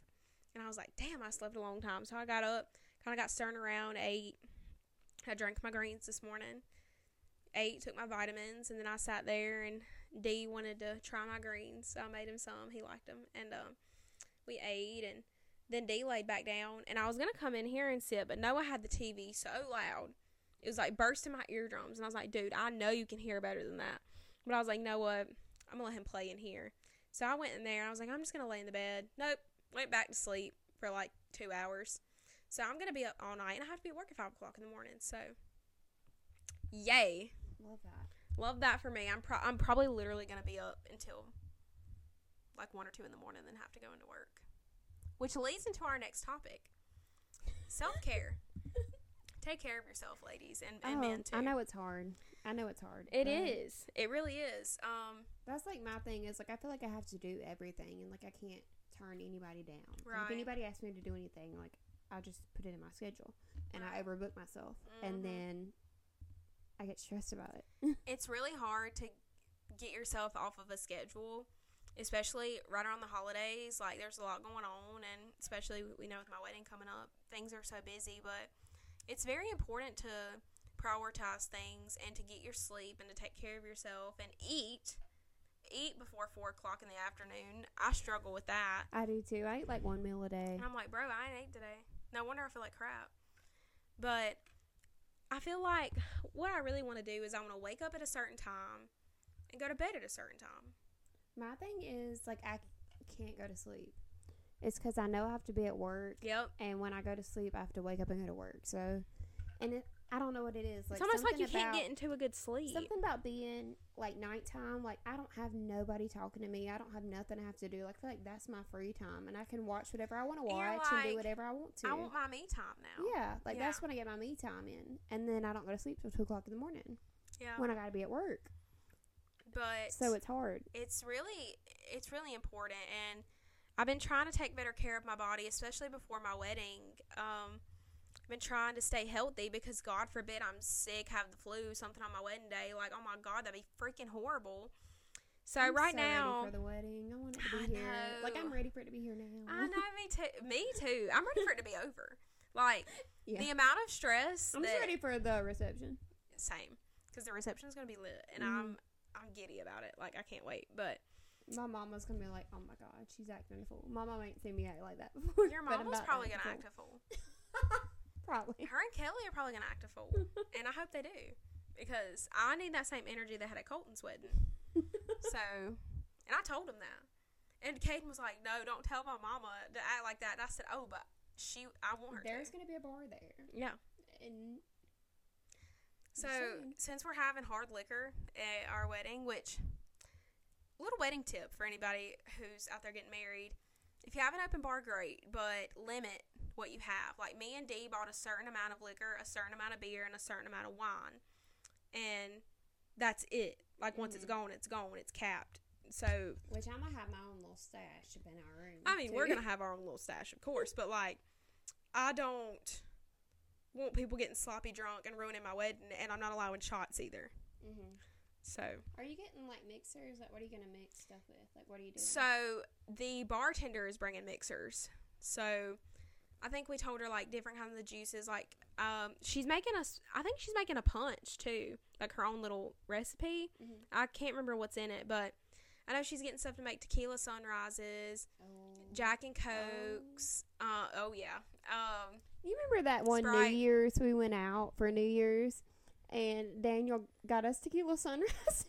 B: And I was like, damn, I slept a long time. So I got up, kinda got stirring around, ate. I drank my greens this morning. Ate, took my vitamins, and then I sat there and D wanted to try my greens, so I made him some. He liked them. And um we ate and then D laid back down and I was gonna come in here and sit, but Noah had the TV so loud. It was like bursting my eardrums and I was like, dude, I know you can hear better than that. But I was like, "No, what? I'm gonna let him play in here. So I went in there and I was like, I'm just gonna lay in the bed. Nope. Went back to sleep for like two hours. So I'm gonna be up all night and I have to be at work at five o'clock in the morning. So yay.
C: Love that.
B: Love that for me. I'm pro- I'm probably literally gonna be up until like one or two in the morning, then have to go into work. Which leads into our next topic self care. Take care of yourself, ladies, and, and men too.
C: Oh, I know Mm. it's hard. I know it's hard.
B: It
C: but
B: is. It really is. Um,
C: That's like my thing is like I feel like I have to do everything and like I can't turn anybody down. Like,
B: Right.
C: if anybody asks me to do anything, like I just put it in my schedule and I
B: Right.
C: overbook myself
B: Mhm.
C: and then I get stressed about it.
B: it's really hard to get yourself off of a schedule, especially right around the holidays. Like, there's a lot going on, and especially we know with my wedding coming up, things are so busy. But it's very important to prioritize things and to get your sleep and to take care of yourself and eat. Eat before four o'clock in the afternoon. I struggle with that.
C: I do too. I eat like one meal a day.
B: And I'm like, bro, I ain't ate today. No wonder I feel like crap. But I feel like what I really want to do is I want to wake up at a certain time and go to bed at a certain time.
C: My thing is like I c- can't go to sleep. It's because I know I have to be at work,
B: Yep.
C: and when I go to sleep, I have to wake up and go to work. So, and it, I don't know what it is. Like
B: it's almost like
C: something
B: you can't
C: about-
B: get into a good sleep.
C: Something about being like nighttime, like I don't have nobody talking to me. I don't have nothing I have to do. Like I feel like that's my free time, and I can watch whatever I want to
B: You're
C: watch and
B: like,
C: do whatever I want to.
B: I want my me time now.
C: yeah, like
B: Yeah.
C: that's when I get my me time in, and then I don't go to sleep till two o'clock in the morning
B: Yeah.
C: when I got to be at work.
B: But
C: So it's hard.
B: it's really it's really important and i've been trying to take better care of my body especially before my wedding um i've been trying to stay healthy because god forbid i'm sick have the flu something on my wedding day like oh my god that'd be freaking horrible so
C: I'm
B: right
C: so ready
B: now
C: for the wedding, I want it to
B: I
C: be here. Like
B: know.
C: I'm ready for it to be here now.
B: i know me too me too i'm ready for it to be over like
C: Yeah.
B: the amount of stress
C: I'm
B: that-
C: just ready for the reception.
B: same because the reception's gonna be lit and
C: Mhm.
B: i'm i'm giddy about it like i can't wait but
C: My mama's gonna be like, "Oh my god, she's acting a fool." My mom ain't seen me act like that before.
B: your
C: but I'm
B: mom was
C: about to
B: probably
C: act
B: gonna
C: a
B: act a fool
C: fool. probably.
B: Her and Kelly are probably gonna act a fool, and I hope they do because I need that same energy that had at Colton's wedding. so, and I told him that, and Caden was like, "No, don't tell my mama to act like that." And I said, "Oh, but she, I want her."
C: There's
B: to.
C: gonna be a bar there,
B: yeah.
C: and
B: So
C: saying.
B: since we're having hard liquor at our wedding, which little wedding tip for anybody who's out there getting married, if you have an open bar, great, but limit what you have. Like me and Dee bought a certain amount of liquor, a certain amount of beer, and a certain amount of wine, and that's it. Like once it's
C: Mhm.
B: gone, it's gone. It's capped. So
C: which I might have my own little stash up in our room.
B: I mean,
C: too.
B: we're gonna have our own little stash, of course, but like, I don't want people getting sloppy drunk and ruining my wedding, and I'm not allowing shots either.
C: Mhm.
B: So.
C: Are you getting like mixers? Like, what are you gonna mix stuff with? Like, what are you doing?
B: So the bartender is bringing mixers. So I think we told her like different kinds of juices. Like um, she's making us. I think she's making a punch too, like her own little recipe.
C: Mhm.
B: I can't remember what's in it, but I know she's getting stuff to make tequila sunrises,
C: Oh.
B: Jack and Cokes. Uh, oh yeah. Um,
C: You remember that one
B: Sprite.
C: New Year's we went out for New Year's, and Daniel got us tequila sunrises.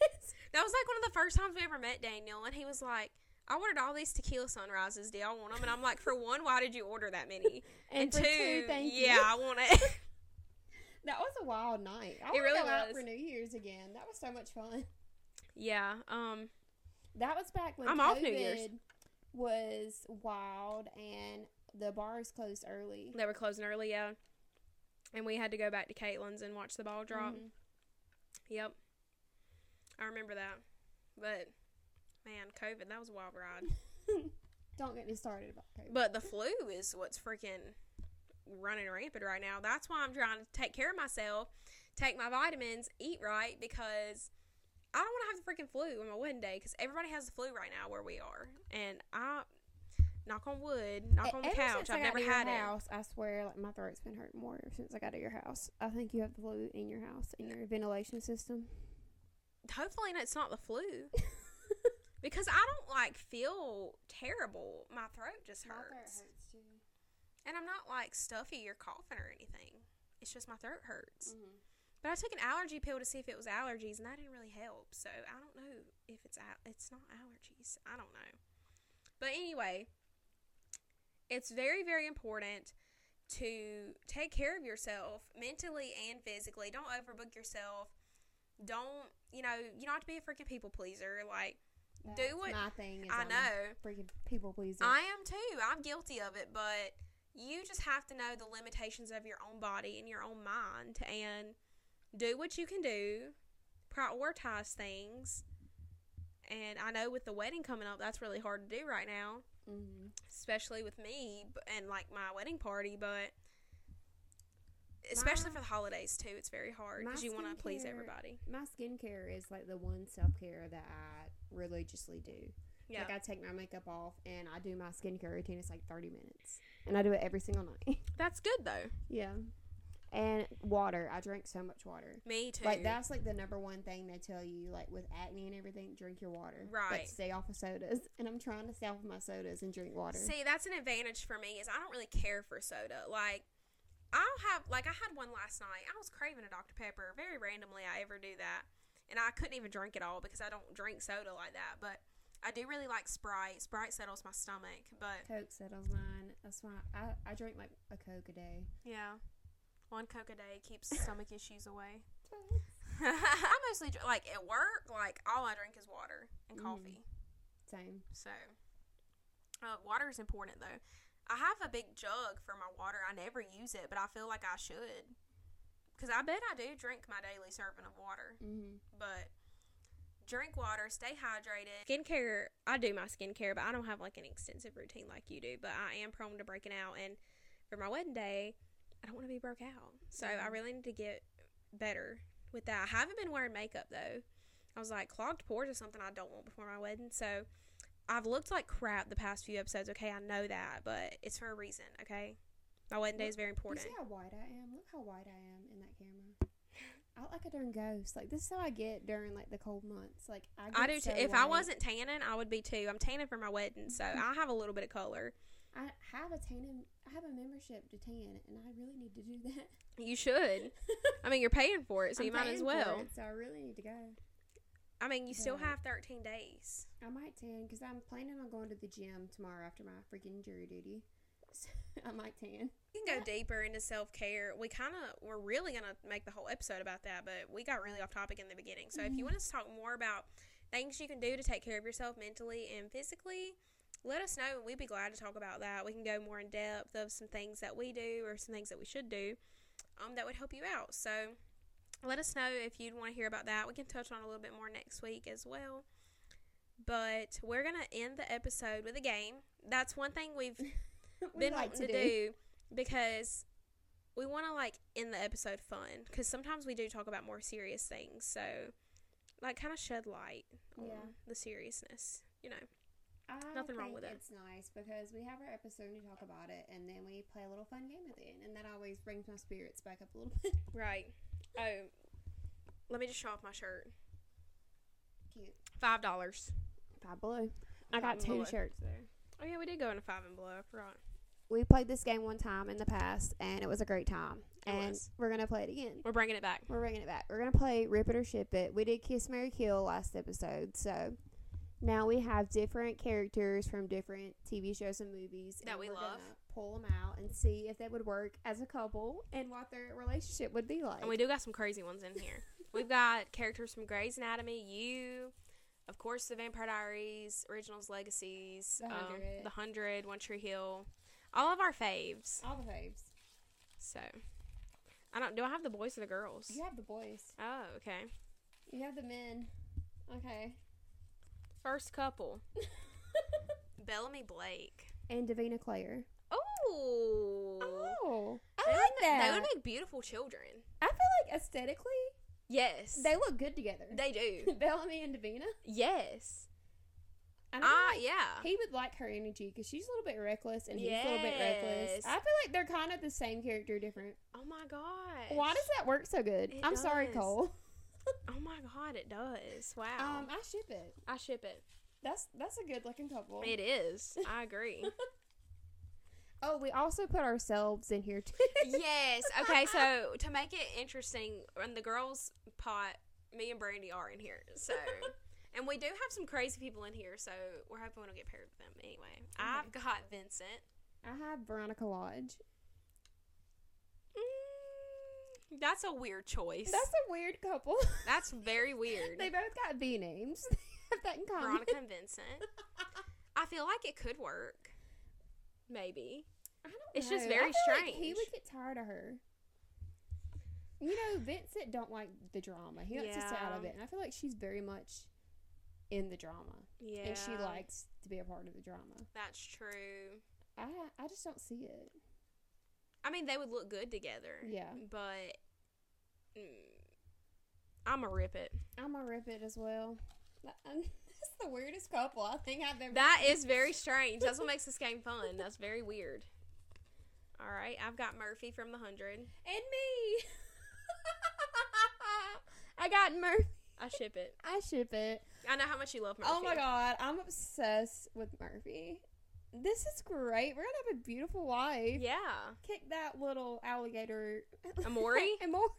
B: that was like one of the first times we ever met Daniel, and he was like. I ordered all these tequila sunrises. Do y'all want them? And I'm like, for one, why did you order that many?
C: and for two, thank
B: yeah,
C: you.
B: I want it.
C: That was a wild night. I
B: It
C: want
B: really
C: to go out
B: was.
C: for New Year's again. That was so much fun.
B: yeah. Um.
C: That was back when
B: I'm
C: COVID
B: off New Year's.
C: was wild and the bars closed early.
B: They were closing early, yeah. And we had to go back to Caitlin's and watch the ball drop.
C: Mhm.
B: Yep. I remember that. But man, COVID, that was a wild ride.
C: Don't get me started about COVID.
B: But the flu is what's freaking running rampant right now. That's why I'm trying to take care of myself, take my vitamins, eat right because I don't want to have the freaking flu on my wedding day because everybody has the flu right now where we are. And I, knock on wood, knock
C: E-
B: on the
C: ever
B: couch,
C: since I
B: I've
C: got
B: never
C: to your
B: had it.
C: house, I swear, like my throat's been hurting more ever since I got to your house. I think you have the flu in your house in your ventilation system.
B: hopefully it's not the flu because i don't like feel terrible my throat just hurts,
C: too.
B: and i'm not like stuffy or coughing or anything it's just my throat hurts
C: Mm-hmm.
B: but i took an allergy pill to see if it was allergies and that didn't really help so i don't know if it's al- it's not allergies i don't know but anyway it's very very important to take care of yourself mentally and physically don't overbook yourself don't you know you don't have to be a freaking people pleaser like
C: That's
B: do what
C: my thing. Is
B: I
C: I'm a
B: know.
C: Freaking people pleaser.
B: I am too. I'm guilty of it, but you just have to know the limitations of your own body and your own mind and do what you can do, prioritize things. And I know with the wedding coming up, that's really hard to do right now,
C: mm-hmm.
B: especially with me b- and like my wedding party, but especially
C: My-
B: for the holidays too, it's very hard
C: my
B: because you want to please
C: skincare-
B: everybody.
C: My skincare is like the one self care that I religiously do.
B: Yeah.
C: Like I take my makeup off and I do my skincare routine. It's like thirty minutes, and I do it every single night.
B: that's good though.
C: yeah. And water. I drink so much water.
B: Me too.
C: Like that's like the number one thing they tell you, like with acne and everything, drink your water.
B: Right.
C: But stay off of sodas. And I'm trying to stay off of my sodas and drink water.
B: See, that's an advantage for me is I don't really care for soda. Like I'll have like I had one last night. I was craving a Dr Pepper. Very randomly I ever do that. And I couldn't even drink it all because I don't drink soda like that, but I do really like Sprite. Sprite settles my stomach, but
C: Coke settles mine. That's why I, I drink like a Coke a day.
B: yeah. One Coke a day keeps stomach issues away. I mostly dr- like at work, like all I drink is water and
C: Mhm.
B: coffee.
C: Same.
B: So, uh, water is important though. I have a big jug for my water. I never use it, but I feel like I should. Because I bet I do drink my daily serving of water.
C: Mm-hmm.
B: But drink water, stay hydrated. Skincare, I do my skincare, but I don't have like an extensive routine like you do. But I am prone to breaking out. And for my wedding day, I don't want to be broke out. So I
C: Mhm.
B: really need to get better with that. I haven't been wearing makeup though. I was like, clogged pores is something I don't want before my wedding. So I've looked like crap the past few episodes. Okay, I know that, but it's for a reason. Okay, my wedding day is very
C: You
B: important.
C: see how white I am? Look how white I am in that camera. I look like a darn ghost. Like this is how I get during like the cold months. Like I. Get
B: I do too.
C: so
B: If I
C: white.
B: wasn't tanning, I would be too. I'm tanning for my wedding, so I have a little bit of color.
C: I have a tanning. I have a membership to tan, and I really need to do that.
B: You should. I mean, you're paying for it, so
C: I'm
B: you might
C: paying
B: as
C: for
B: well.
C: it, so I really need to go.
B: I mean, you still
C: Right.
B: have 13 days.
C: I might tan because I'm planning on going to the gym tomorrow after my freaking jury duty. So I might tan.
B: You can go deeper into self care. We kind of, we're really going to make the whole episode about that, but we got really off topic in the beginning. So if you want us to talk more about things you can do to take care of yourself mentally and physically, let us know and we'd be glad to talk about that. We can go more in depth of some things that we do or some things that we should do um, that would help you out. So let us know if you'd want to hear about that. We can touch on it a little bit more next week as well. But we're going to end the episode with a game. That's one thing we've
C: We
B: been wanting to, do. because we want to like end the episode fun because sometimes we do talk about more serious things so like kind of shed light on
C: Yeah.
B: the seriousness you know
C: I
B: Nothing wrong
C: think
B: with it.
C: It's nice because we have our episode and we talk about it, and then we play a little fun game at the end, and that always brings my spirits back up a little bit.
B: right oh let me just show off my shirt
C: Cute.
B: five dollars
C: Five Blue. I got
B: Five
C: two
B: Blue.
C: shirts there.
B: oh yeah we did go into five and below right
C: We played this game one time in the past, and it was a great time.
B: It
C: and
B: was.
C: we're gonna play it again.
B: we're bringing it back
C: We're bringing it back. We're gonna play Rip It or Ship It. We did Kiss Mary Kill last episode, so now we have different characters from different TV shows and movies
B: That
C: and
B: we
C: we're
B: love.
C: gonna Pull them out and see if they would work as a couple and what their relationship would be like.
B: and we do got some crazy ones in here we've got characters from gray's anatomy you of course the vampire diaries originals legacies
C: The
B: um,
C: Hundred.
B: the hundred one tree hill all of our faves
C: All the faves.
B: So, I don't. Do I have the boys or the girls?
C: You have the boys.
B: Oh, okay.
C: You have the men. Okay.
B: First couple. Bellamy Blake.
C: and Davina Claire.
B: Oh.
C: Oh, I
B: They,
C: like
B: would, ma-
C: that.
B: they would make beautiful children.
C: I feel like aesthetically,
B: Yes.
C: they look good together.
B: They do.
C: Bellamy and Davina.
B: yes.
C: I know
B: Ah, yeah.
C: he would like her energy because she's a little bit reckless and he's a little bit reckless.
B: Yes.
C: I feel like they're kind of the same character, different.
B: Oh my god.
C: Why does that work so good?
B: It
C: I'm sorry,
B: does.
C: Cole.
B: Oh my god, it does. Wow.
C: Um, I ship it.
B: I ship it.
C: That's that's a good looking couple.
B: It is. I agree.
C: Oh, we also put ourselves in here too.
B: yes. Okay. So to make it interesting, on the girls' pot, me and Brandy are in here. So, and we do have some crazy people in here. So we're hoping we don't get paired with them. Anyway, I've got Vincent.
C: I have Veronica Lodge.
B: Mm, that's a weird choice.
C: That's a weird couple.
B: That's very weird.
C: they both got B names.
D: have that in common.
B: Veronica and Vincent. I feel like it could work. Maybe.
C: I don't
B: It's just
C: know. I
B: very
C: feel like he
B: strange.
C: would get tired of her. You know, Vincent don't like the drama. He likes to stay out of
B: Yeah.
C: it, and I feel like she's very much in the drama,
B: Yeah.
C: and she likes to be a part of the drama.
B: That's true.
C: I I just don't see it.
B: I mean, they would look good together.
C: Yeah.
B: But mm, I'm a rip it.
C: I'm a rip it as well. That- That's the weirdest couple I think I've ever.
B: That is very strange. That's what makes this game fun. That's very weird. All right, I've got Murphy from the 100.
C: and me. I got Murphy.
B: I ship it.
C: I ship it.
B: I know how much you love Murphy.
C: Oh my god, I'm obsessed with Murphy. This is great. We're gonna have a beautiful wife.
B: Yeah.
C: Kick that little alligator.
B: Amori?
C: Amori.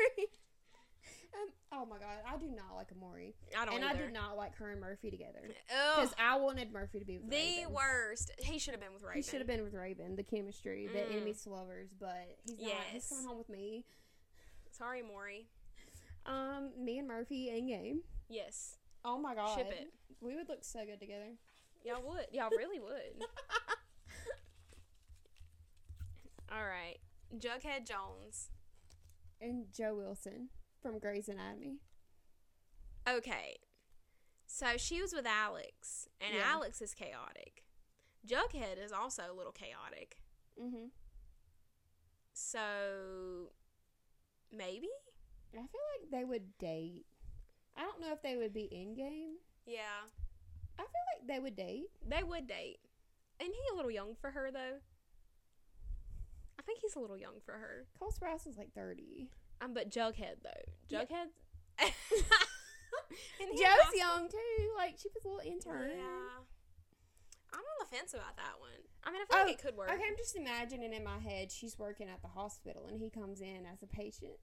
C: Um, oh my god, I do not like Amori,
B: I don't
C: and I
B: either.
C: do not like her and Murphy together
B: Ugh,
C: because I wanted Murphy to be with
B: the
C: Raven.
B: worst. He should have been with Raven.
C: He should have been with Raven. The chemistry, the
B: Mm.
C: enemies to lovers, but he's not. He's
B: Yes.
C: going home with me.
B: Sorry, Maury.
C: Um, me and Murphy in game.
B: Yes.
C: Oh my god,
B: Ship it.
C: We would look so good together.
B: Y'all would. Y'all really would. All right. Jughead Jones.
C: And Joe Wilson from Grey's Anatomy.
B: Okay. So she was with Alex, and
C: Yeah.
B: Alex is chaotic. Jughead is also a little chaotic.
C: Mm-hmm.
B: So maybe?
C: I feel like they would date. I don't know if they would be in game.
B: Yeah.
C: I feel like they would date.
B: They would date. Isn't he a little young for her though? I think he's a little young for her.
C: Cole Sprouse is like thirty.
B: Um, but Jughead though.
C: Yeah.
B: Jughead. And he
C: Joe's
B: also-
C: young too. Like she was a little intern.
B: Yeah. I'm on the fence about that one. I mean, I feel
C: Oh,
B: like it could work.
C: Okay, I'm just imagining in my head she's working at the hospital and he comes in as a patient.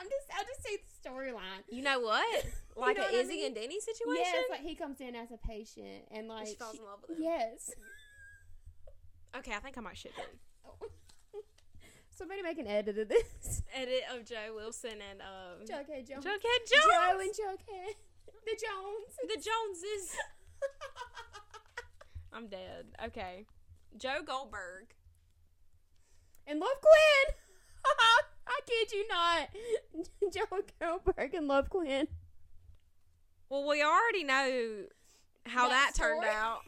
C: I'm just I'll just say the storyline.
B: You know what? Like
C: know
B: an
C: what I
B: Izzy
C: mean?
B: and Denny situation.
C: Yes, like he comes in as a patient and like
B: And she falls
C: she-
B: in love with him.
C: yes.
B: Okay, I think I might ship it.
C: Somebody make an edit of this.
B: Edit of Joe Wilson and um
C: Jughead Jones.
B: Jughead
C: Joe
B: Jones.
C: and Jughead. The Jones.
B: the Joneses. I'm dead. Okay. Joe Goldberg.
C: and Love Quinn. I kid you not. Joe Goldberg and Love Quinn.
B: Well, we already know how that,
C: That
B: turned
C: story.
B: out.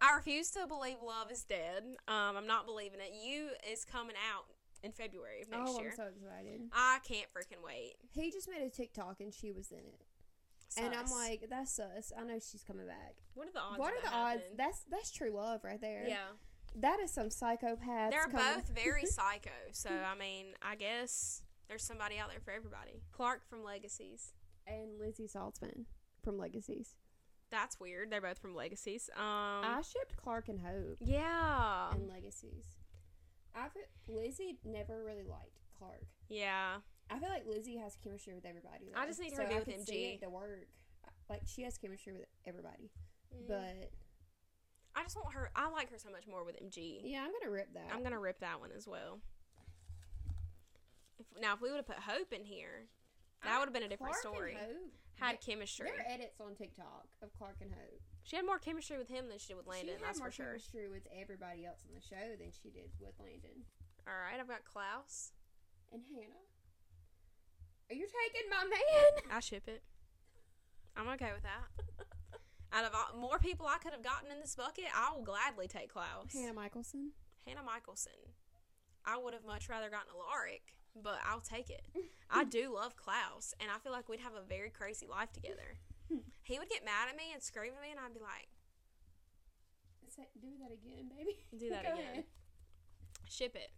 B: I refuse to believe love is dead. Um, I'm not believing it. You is coming out in February of next
C: oh,
B: year.
C: I'm so excited.
B: I can't freaking wait.
C: He just made a TikTok and she was in it. And I'm
B: Sus.
C: like, that's us. I know she's coming back.
B: what are the odds?
C: what
B: of
C: are the
B: that
C: odds?
B: happening?
C: That's that's true love right there.
B: yeah,
C: That is some psychopaths.
B: they're
C: coming.
B: both very psycho. So I mean, I guess there's somebody out there for everybody. Clark from Legacies.
C: and Lizzie Saltzman from Legacies.
B: That's weird. They're both from Legacies. Um,
C: I shipped Clark and Hope
B: yeah,
C: and Legacies. I feel, Lizzie never really liked Clark.
B: yeah.
C: I feel like Lizzie has chemistry with everybody.
B: I
C: though,
B: just need her
C: so
B: to be
C: I
B: with
C: could see
B: MG.
C: it to work. Like she has chemistry with everybody,
B: Mm.
C: but
B: I just want her. I like her so much more with MG.
C: yeah, I'm gonna rip that.
B: I'm gonna rip that one as well. If, now, if we would have put Hope in here, that would have been a different
C: Clark
B: story.
C: And Hope,
B: Had chemistry.
C: there are edits on TikTok of Clark and Hope.
B: She had more chemistry with him than she did with Landon.
C: she had
B: that's
C: more
B: for sure.
C: chemistry with everybody else on the show than she did with Landon
B: All right, I've got Klaus.
C: and Hannah. Are you taking my man?
B: I ship it. I'm okay with that. Out of all, more people I could have gotten in this bucket, I will gladly take Klaus.
C: Hannah Michelson.
B: Hannah Michelson. I would have much rather gotten Alaric, but I'll take it. I do love Klaus, and I feel like we'd have a very crazy life together. He would get mad at me and scream at me, and I'd be like,
C: Say, do that again, baby.
B: Do that
C: Go
B: again.
C: ahead.
B: ship it.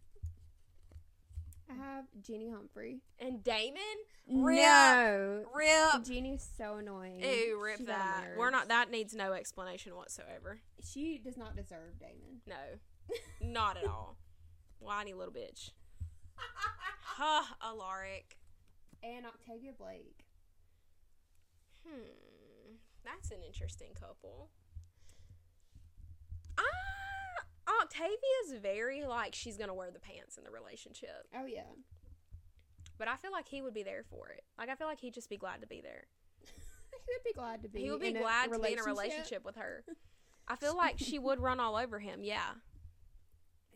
C: I have Jeannie Humphrey.
B: And Damon? Rip.
C: No.
B: Rip.
C: Jeannie's so annoying.
B: Ew, rip
C: She got on my
B: that. We're not,
C: nerves.
B: that needs no explanation whatsoever.
C: She does not deserve Damon.
B: No, not at all. Whiny little bitch. Huh, Alaric.
C: and Octavia Blake.
B: Hmm. That's an interesting couple. Ah, Octavia's very like she's gonna wear the pants in the relationship,
C: Oh yeah.
B: but I feel like he would be there for it. Like I feel like he'd just be glad to be there.
A: he would be glad to be.
B: he would be
A: in
B: glad
A: a
B: to be in a relationship with her. I feel like she would run all over him. Yeah.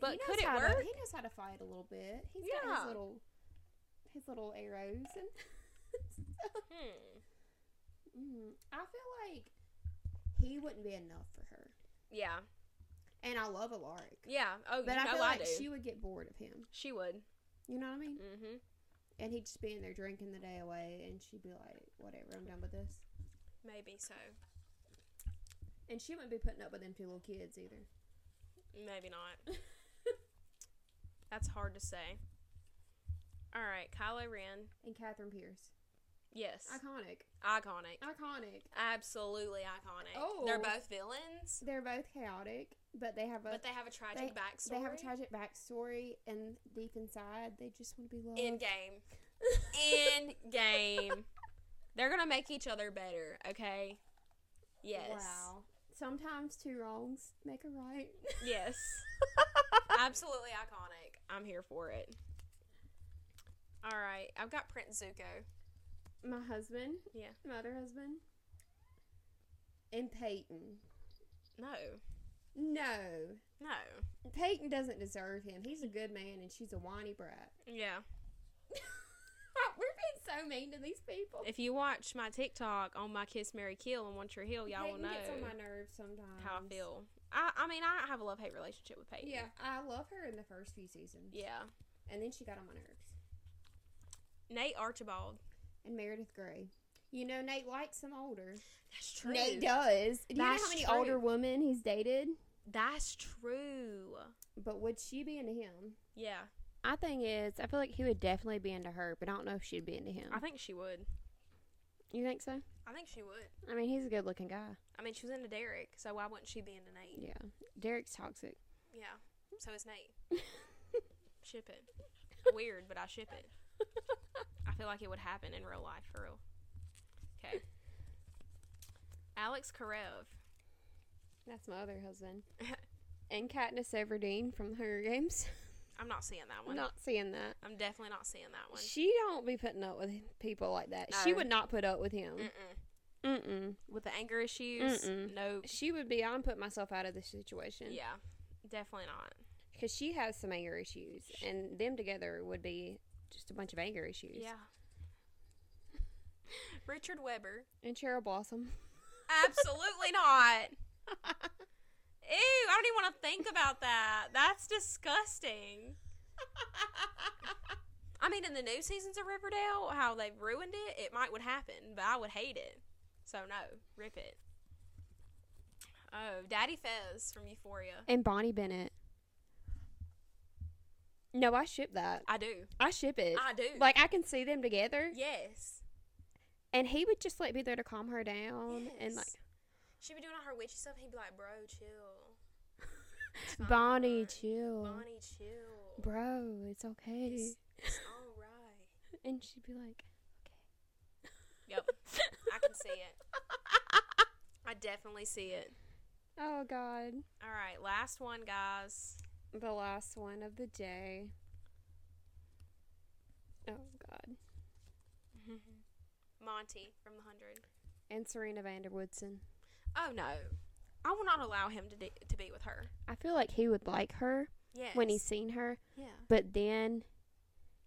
B: But
A: He knows
B: could it
A: how to-
B: work?
A: he knows how to fight a little bit. He's got
B: Yeah.
A: his little his little arrows and.
B: Hmm.
A: Mm, I feel like he wouldn't be enough for her.
B: Yeah.
A: And I love Alaric.
B: Yeah. Oh,
A: But
B: you
A: I
B: know
A: feel
B: I
A: like
B: do.
A: she
B: She,
A: would get bored of him.
B: would.
A: You know what I mean?
B: hmm
A: And he'd just be in there drinking the day away, and she'd be like, whatever, I'm done with this.
B: Maybe so.
A: And she wouldn't be putting up with them two little kids either.
B: Maybe not. That's hard to say. All right, Kylo Ren.
A: And Catherine Pierce.
B: Yes.
A: Iconic.
B: iconic.
A: Iconic.
B: Absolutely iconic. They're
A: Oh.
B: both villains,
A: They're both chaotic, but they have a
B: but they have a tragic backstory.
A: they, have a tragic backstory, and deep inside, they just want to be loved.
B: End game. End game. They're gonna make each other better. Okay. Yes.
A: Wow. Sometimes two wrongs make a right.
B: Yes. Absolutely iconic. I'm here for it. All right, I've got Prince Zuko.
A: my husband.
B: Yeah.
A: My other husband. And Peyton.
B: No,
A: No.
B: no.
A: Peyton doesn't deserve him. He's a good man and she's a whiny brat.
B: Yeah.
A: We're being so mean to these people.
B: If you watch my TikTok on my Kiss Mary Kill and One Tree Hill, y'all will
A: Peyton
B: know
A: gets on my nerves sometimes.
B: how I feel. I, I mean, I have a love hate relationship with Peyton.
A: Yeah, I love her in the first few seasons.
B: Yeah.
A: And then she got on my nerves.
B: Nate Archibald.
A: And Meredith Grey. You know, Nate likes some older.
B: That's true.
A: Nate does. Do you know
B: That's
A: how many
B: true.
A: older women he's dated?
B: That's true.
A: But would she be into him?
B: Yeah.
C: My thing is, I feel like he would definitely be into her, but I don't know if she'd be into him.
B: I think she would.
C: You think so?
B: I think she would.
C: I mean, he's a good looking guy.
B: I mean, she was into Derek, so why wouldn't she be into Nate?
C: Yeah. Derek's toxic.
B: Yeah. So is Nate. ship it. Weird, but I ship it. I feel like it would happen in real life, for real. Okay. Alex Karev.
C: That's my other husband. and Katniss Everdeen from the Hunger Games.
B: I'm not seeing that one.
C: Not seeing that.
B: I'm definitely not seeing that one.
C: She don't be putting up with people like that. She
B: No.
C: would not put up with him.
B: Mm-mm.
C: Mm-mm.
B: With the anger issues,
C: Mm-mm.
B: no.
C: She would be. I'm putting myself out of this situation.
B: Yeah, definitely not.
C: Because she has some anger issues, and them together would be just a bunch of anger issues.
B: Yeah. Richard Weber.
C: And Cheryl Blossom.
B: Absolutely not. Ew, I don't even want to think about that. That's disgusting. I mean, in the new seasons of Riverdale, how they've ruined it, it might would happen, but I would hate it. So no, rip it. Oh, Daddy Fez from Euphoria.
C: And Bonnie Bennett. No, I ship that.
B: I do.
C: I ship it.
B: I do.
C: like I can see them together,
B: yes.
C: and he would just like be there to calm her
B: Um,
C: down, and like
B: Yes. she'd be doing all her witchy stuff. He'd be like, "Bro, chill." It's fine,
C: Bonnie,
B: bro.
C: chill,
B: Bonnie, chill.
C: bro, it's okay.
B: It's, it's all right.
C: and she'd be like,
B: Yep. I can see it. I definitely see it.
C: "Oh God."
B: All right, last one, guys.
C: The last one of the day. Oh God.
B: Monty from the Hundred.
C: And Serena Vanderwoodson.
B: Oh no, I will not allow him to de- to be with her.
C: I feel like he would like her
B: Yes.
C: when he's seen her,
B: yeah
C: but then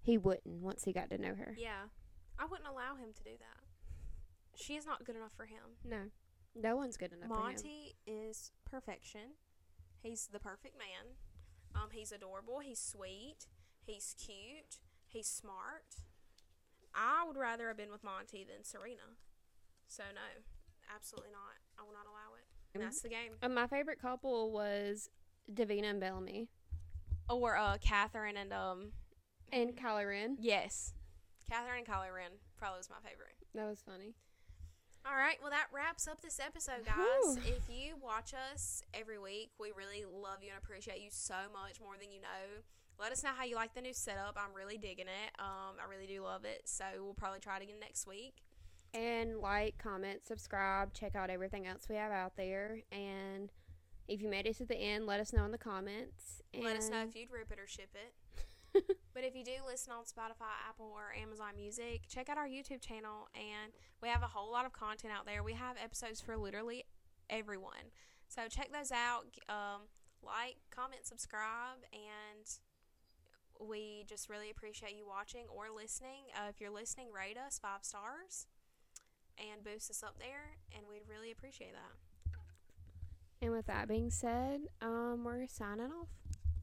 C: he wouldn't once he got to know her.
B: yeah, I wouldn't allow him to do that. She is not good enough for him.
C: No, no one's good enough. For him.
B: Monty is perfection. He's the perfect man. Um, he's adorable. He's sweet. He's cute. He's smart. I would rather have been with Monty than Serena. So no, absolutely not. I will not allow it. And that's the game.
C: And Uh, my favorite couple was Davina and Bellamy
B: Or uh, Catherine and um,
C: and Kylo Ren.
B: yes, Catherine and Kylo Ren probably was my favorite.
C: That was funny.
B: All right, well that wraps up this episode, guys. If you watch us every week, we really love you and appreciate you so much more than you know. Let us know how you like the new setup. I'm really digging it. Um, I really do love it. So we'll probably try it again next week.
C: And like, comment, subscribe, check out everything else we have out there. And if you made it to the end, let us know in the comments. And
B: Let us know if you'd rip it or ship it. But if you do listen on Spotify, Apple, or Amazon Music, check out our YouTube channel, and we have a whole lot of content out there. We have episodes for literally everyone. So check those out. G- Um, like, comment, subscribe, and we just really appreciate you watching or listening. Uh, if you're listening, rate us five stars and boost us up there, and we'd really appreciate that.
C: And with that being said, um, we're signing off.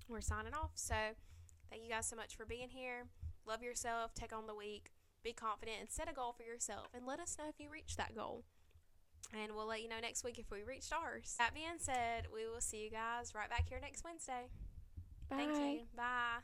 B: We're signing off. So thank you guys so much for being here. Love yourself. Take on the week. Be confident and set a goal for yourself and let us know if you reach that goal. And we'll let you know next week if we reached ours. That being said, we will see you guys right back here next Wednesday.
C: Bye.
B: Thank you. Bye.